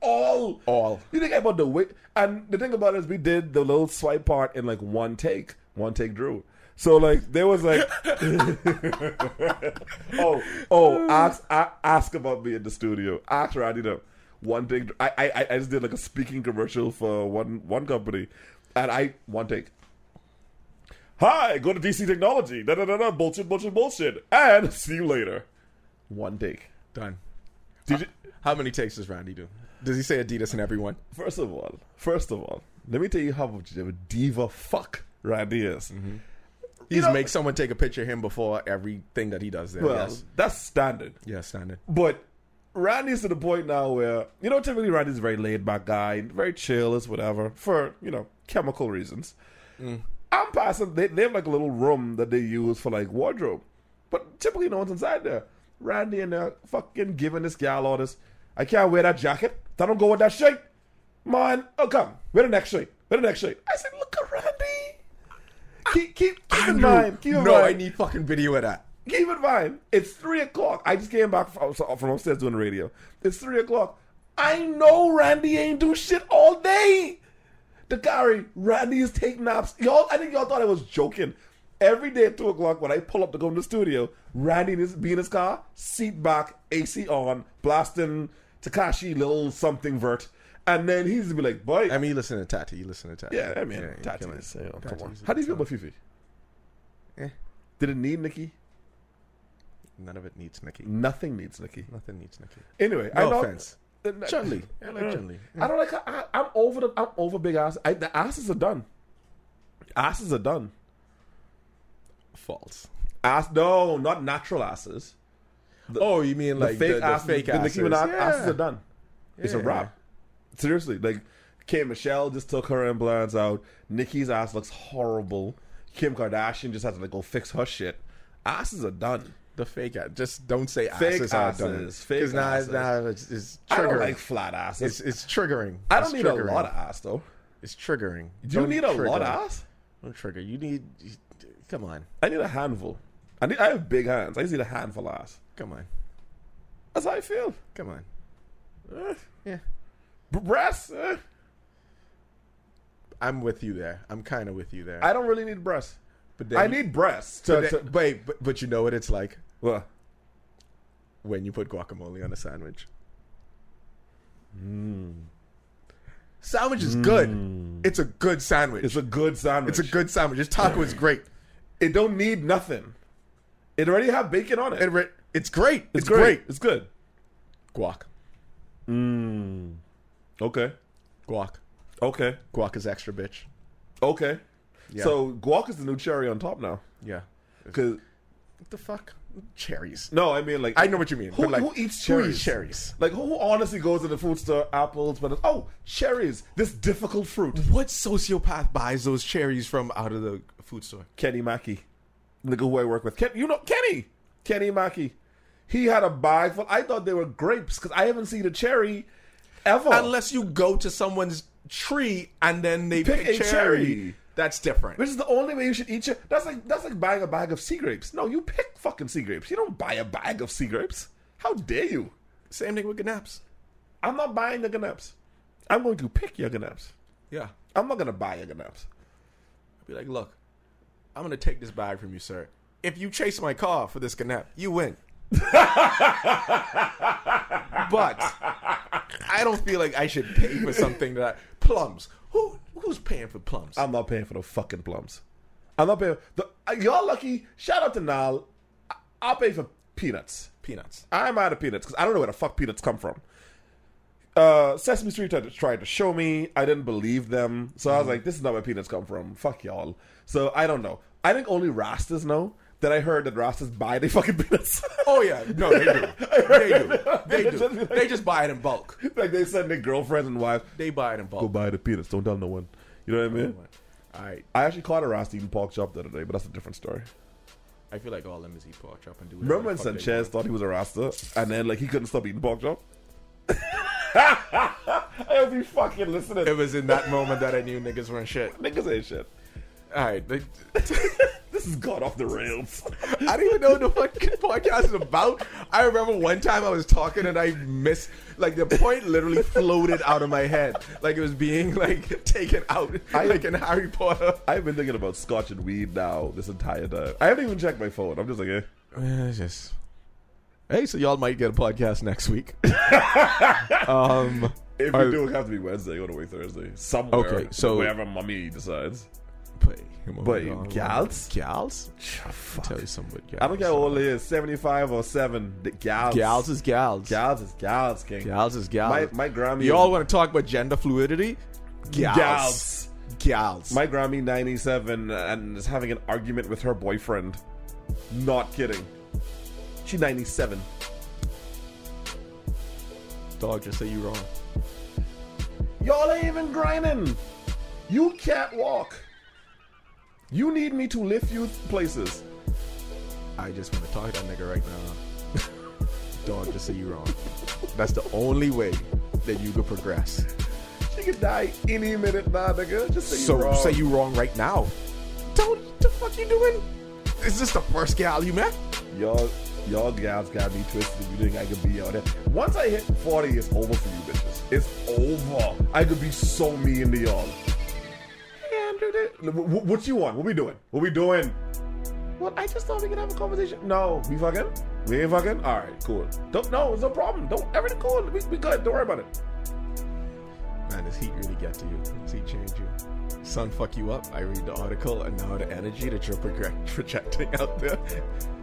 Speaker 5: All.
Speaker 4: All.
Speaker 5: You think about the weight? And the thing about it is, we did the little swipe part in like one take. One take drew. So like there was like, oh oh ask a- ask about me in the studio. Ask Randy though. One take. I, I I just did like a speaking commercial for one one company, and I one take. Hi, go to DC Technology. Da da da da. Bullshit, bullshit, bullshit. And see you later. One take.
Speaker 4: Done.
Speaker 5: Did you?
Speaker 4: How many takes does Randy do? Does he say Adidas and everyone?
Speaker 5: First of all, first of all, let me tell you how much of a diva fuck Randy is.
Speaker 4: He
Speaker 5: know-
Speaker 4: makes someone take a picture of him before everything that he does there.
Speaker 5: Well,
Speaker 4: yes.
Speaker 5: that's standard.
Speaker 4: Yes, standard.
Speaker 5: But Randy's to the point now where you know typically Randy's a very laid back guy, very chill, is whatever for you know chemical reasons.
Speaker 4: Mm.
Speaker 5: I'm passing. They, they have like a little room that they use for like wardrobe, but typically no one's inside there. Randy and there fucking giving this gal orders. I can't wear that jacket. That don't go with that shirt. Man, oh come, wear the next shirt. Wear the next shirt. I said, look at Randy. Keep keep keep in
Speaker 4: Andrew,
Speaker 5: mind. Keep in
Speaker 4: no,
Speaker 5: mind.
Speaker 4: I need fucking video of that.
Speaker 5: Keep in mind, it's three o'clock. I just came back from from upstairs doing the radio. It's three o'clock. I know Randy ain't do shit all day. Dakari, Randy is taking naps. Y'all, I think y'all thought I was joking. Every day at two o'clock when I pull up to go in the studio, Randy is be in his car, seat back, AC on, blasting Takashi little something vert, and then he's be like, "Boy,
Speaker 4: I mean, you listen to Tati. You listen to Tati.
Speaker 5: yeah, I mean,
Speaker 4: you
Speaker 5: Tati
Speaker 4: can't-
Speaker 5: is, you know, come
Speaker 4: Tati
Speaker 5: on.
Speaker 4: is a
Speaker 5: How do you feel
Speaker 4: good
Speaker 5: about Fifi?
Speaker 4: Eh.
Speaker 5: Did it need Nikki?
Speaker 4: song. None of it needs Nikki.
Speaker 5: Nothing needs Nikki.
Speaker 4: Nothing needs Nikki.
Speaker 5: Anyway, I
Speaker 4: No
Speaker 5: know,
Speaker 4: offense. Chun Li. I like Chun Li.
Speaker 5: Mm. I don't like. Her. I, I'm over the. I'm over big ass. I, the asses are done. Asses are done.
Speaker 4: False.
Speaker 5: Ass. No, not natural asses.
Speaker 4: oh, you mean like
Speaker 5: the fake asses.
Speaker 4: fake
Speaker 5: the Nicki
Speaker 4: asses.
Speaker 5: Minaj
Speaker 4: Yeah.
Speaker 5: asses are done. It's a
Speaker 4: Yeah.
Speaker 5: wrap. Seriously, like Kim Michelle just took her implants out. Nicki's ass looks horrible. Kim Kardashian just has to like go fix her shit. Asses are done.
Speaker 4: The fake ass. Just don't say
Speaker 5: Fake
Speaker 4: asses. are done.
Speaker 5: asses, fake
Speaker 4: 'Cause now,
Speaker 5: asses.
Speaker 4: now it's, it's
Speaker 5: I don't
Speaker 4: triggering.
Speaker 5: like flat asses.
Speaker 4: it's, it's triggering.
Speaker 5: I don't
Speaker 4: It's
Speaker 5: need
Speaker 4: triggering.
Speaker 5: a lot of ass though.
Speaker 4: It's triggering.
Speaker 5: Do you
Speaker 4: Don't
Speaker 5: need a lot
Speaker 4: trigger.
Speaker 5: of ass?
Speaker 4: Don't trigger. You need. Come on.
Speaker 5: I need a handful. I need. I have big hands. I just need a handful of ass.
Speaker 4: Come on.
Speaker 5: That's how I feel.
Speaker 4: Come on.
Speaker 5: Eh.
Speaker 4: Yeah.
Speaker 5: B- breasts. eh.
Speaker 4: I'm with you there. I'm kind of with you there.
Speaker 5: I don't really need breasts.
Speaker 4: but
Speaker 5: I need breasts. To,
Speaker 4: But, then-
Speaker 5: to-
Speaker 4: wait, but, but you know what it's like
Speaker 5: well,
Speaker 4: when you put guacamole on a sandwich.
Speaker 5: Mm.
Speaker 4: Sandwich is good. It's a good sandwich.
Speaker 5: it's a good sandwich.
Speaker 4: It's a good sandwich. This taco is great.
Speaker 5: It don't need nothing. It already have bacon on it.
Speaker 4: It re- it's great. It's,
Speaker 5: it's
Speaker 4: great.
Speaker 5: great. It's good. Mm.
Speaker 4: Guac.
Speaker 5: Okay.
Speaker 4: Guac.
Speaker 5: Okay.
Speaker 4: Guac is extra bitch.
Speaker 5: Okay.
Speaker 4: Yeah.
Speaker 5: So guac is the new cherry on top now.
Speaker 4: Yeah.
Speaker 5: Cause
Speaker 4: What the fuck? Cherries.
Speaker 5: no, I mean like
Speaker 4: I know what you mean.
Speaker 5: Who,
Speaker 4: but like,
Speaker 5: who eats
Speaker 4: who
Speaker 5: cherries?
Speaker 4: eats cherries?
Speaker 5: Like who honestly goes to the food store, apples, but oh, cherries, this difficult fruit.
Speaker 4: What sociopath buys those cherries from out of the food store?
Speaker 5: Kenny Mackey, nigga who I work with. Ken, you know Kenny, Kenny Mackey. He had a bag full. I thought they were grapes because I haven't seen a cherry ever.
Speaker 4: Unless you go to someone's tree and then they
Speaker 5: Pick
Speaker 4: pick,
Speaker 5: a
Speaker 4: cherry.
Speaker 5: cherry.
Speaker 4: That's different.
Speaker 5: Which is the only way you should eat it. That's like that's like buying a bag of sea grapes. No, you pick fucking sea grapes. You don't buy a bag of sea grapes. How dare you?
Speaker 4: Same thing with ganaps.
Speaker 5: I'm not buying your ganaps. I'm going to pick your ganaps.
Speaker 4: Yeah.
Speaker 5: I'm not gonna buy your ganaps.
Speaker 4: Be like, look, I'm gonna take this bag from you, sir. If you chase my car for this canap, you win. but I don't feel like I should pay for something that I, plums. Who who's paying for plums?
Speaker 5: I'm not paying for the fucking plums. I'm not paying. The, uh, y'all lucky. Shout out to Nal. I, I'll pay for peanuts.
Speaker 4: Peanuts.
Speaker 5: I'm out of peanuts because I don't know where the fuck peanuts come from. Uh, Sesame Street tried to, tried to show me. I didn't believe them, so
Speaker 4: Mm-hmm.
Speaker 5: I was like, "This is not where peanuts come from." Fuck y'all. So I don't know. I think only Rastas know that I heard that Rastas buy they fucking peanuts.
Speaker 4: Oh yeah, no, they do. They do. They do. They just buy it in bulk.
Speaker 5: like they send their girlfriends and wives
Speaker 4: They buy it in
Speaker 5: go
Speaker 4: bulk.
Speaker 5: buy the peanuts. Don't tell no one. You know what
Speaker 4: Oh
Speaker 5: I mean?
Speaker 4: All right,
Speaker 5: I actually caught a Rasta eating pork chop the other day, but that's a different story.
Speaker 4: I feel like all them is eat pork chop and do. whatever
Speaker 5: Remember when
Speaker 4: the fuck they
Speaker 5: Sanchez
Speaker 4: want.
Speaker 5: thought he was a Rasta, and then like he couldn't stop eating pork chop? I hope you fucking listening.
Speaker 4: It was in that moment that I knew niggas weren't shit.
Speaker 5: Niggas ain't shit.
Speaker 4: All right, they,
Speaker 5: This has gone off the rails.
Speaker 4: I don't even know what the fucking podcast is about. I remember one time I was talking and I missed, like the point literally floated out of my head, like it was being like taken out,
Speaker 5: I-
Speaker 4: like in Harry Potter.
Speaker 5: I've been thinking about scotch and weed now this entire time. I haven't even checked my phone. I'm just like, eh.
Speaker 4: Just, hey, so y'all might get a podcast next week. um,
Speaker 5: If
Speaker 4: Are-
Speaker 5: we do, it has to be Wednesday or the way Thursday. Somewhere.
Speaker 4: Okay, so-
Speaker 5: Wherever mommy decides.
Speaker 4: but,
Speaker 5: But gals?
Speaker 4: gals, tell
Speaker 5: Fuck.
Speaker 4: you something. about Gals.
Speaker 5: I don't care how old it is, 75 or 7. The gals.
Speaker 4: Gals is gals.
Speaker 5: Gals is gals, king.
Speaker 4: Gals is
Speaker 5: My,
Speaker 4: gals.
Speaker 5: my Grammy.
Speaker 4: y'all want to talk about gender fluidity? Gals.
Speaker 5: Gals.
Speaker 4: Gals.
Speaker 5: My Grammy 97 and is having an argument with her boyfriend. Not kidding. She 97.
Speaker 4: dog just say you wrong.
Speaker 5: Y'all ain't even grinding. You can't walk. You need me to lift you places.
Speaker 4: I just want to talk to that nigga right now. Dog, just say you wrong. That's the only way that you could progress.
Speaker 5: She could die any minute now, nigga. Just say
Speaker 4: so
Speaker 5: you wrong.
Speaker 4: say you wrong right now. Don't the fuck you doing? Is this the first gal you met?
Speaker 5: Y'all, y'all guys got me twisted. If you think I could be out there? Once I hit 40, it's over for you bitches. It's over. I could be so mean to y'all. Hey, Andrew, did- wh- wh- what you want? What we doing? What we doing? Well, I just thought we could have a conversation. No, we fucking? We ain't fucking? All right, cool. Don't, no, it's no problem. Don't, everything cool. We, we good. Don't worry about it.
Speaker 4: Man, does he really get to you? Does he change you? Son, fuck you up. I read the article, and now the energy that you're project- projecting out there.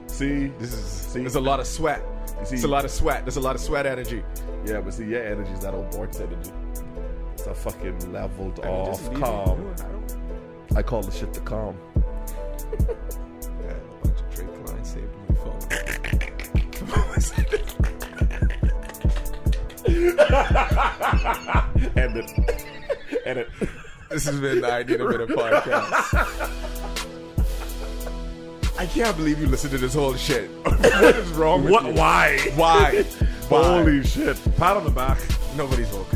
Speaker 5: See,
Speaker 4: This is
Speaker 5: See?
Speaker 4: there's a lot of sweat.
Speaker 5: see-
Speaker 4: It's a lot of sweat. There's a lot of sweat energy.
Speaker 5: yeah, but see, your energy's that old Bart's energy. It's a fucking leveled
Speaker 4: I mean,
Speaker 5: off
Speaker 4: just leave me
Speaker 5: calm.
Speaker 4: alone. I don't-
Speaker 5: I call the shit the calm.
Speaker 4: Yeah, a bunch of Drake lines saved my phone. What was that?
Speaker 5: End it. End it.
Speaker 4: this has been the I Need a Minute podcast. I can't believe you listen to this whole shit. what is wrong with
Speaker 5: What?
Speaker 4: you?
Speaker 5: Why?
Speaker 4: Why? Why?
Speaker 5: Holy shit! Pat on the back.
Speaker 4: Nobody's woke.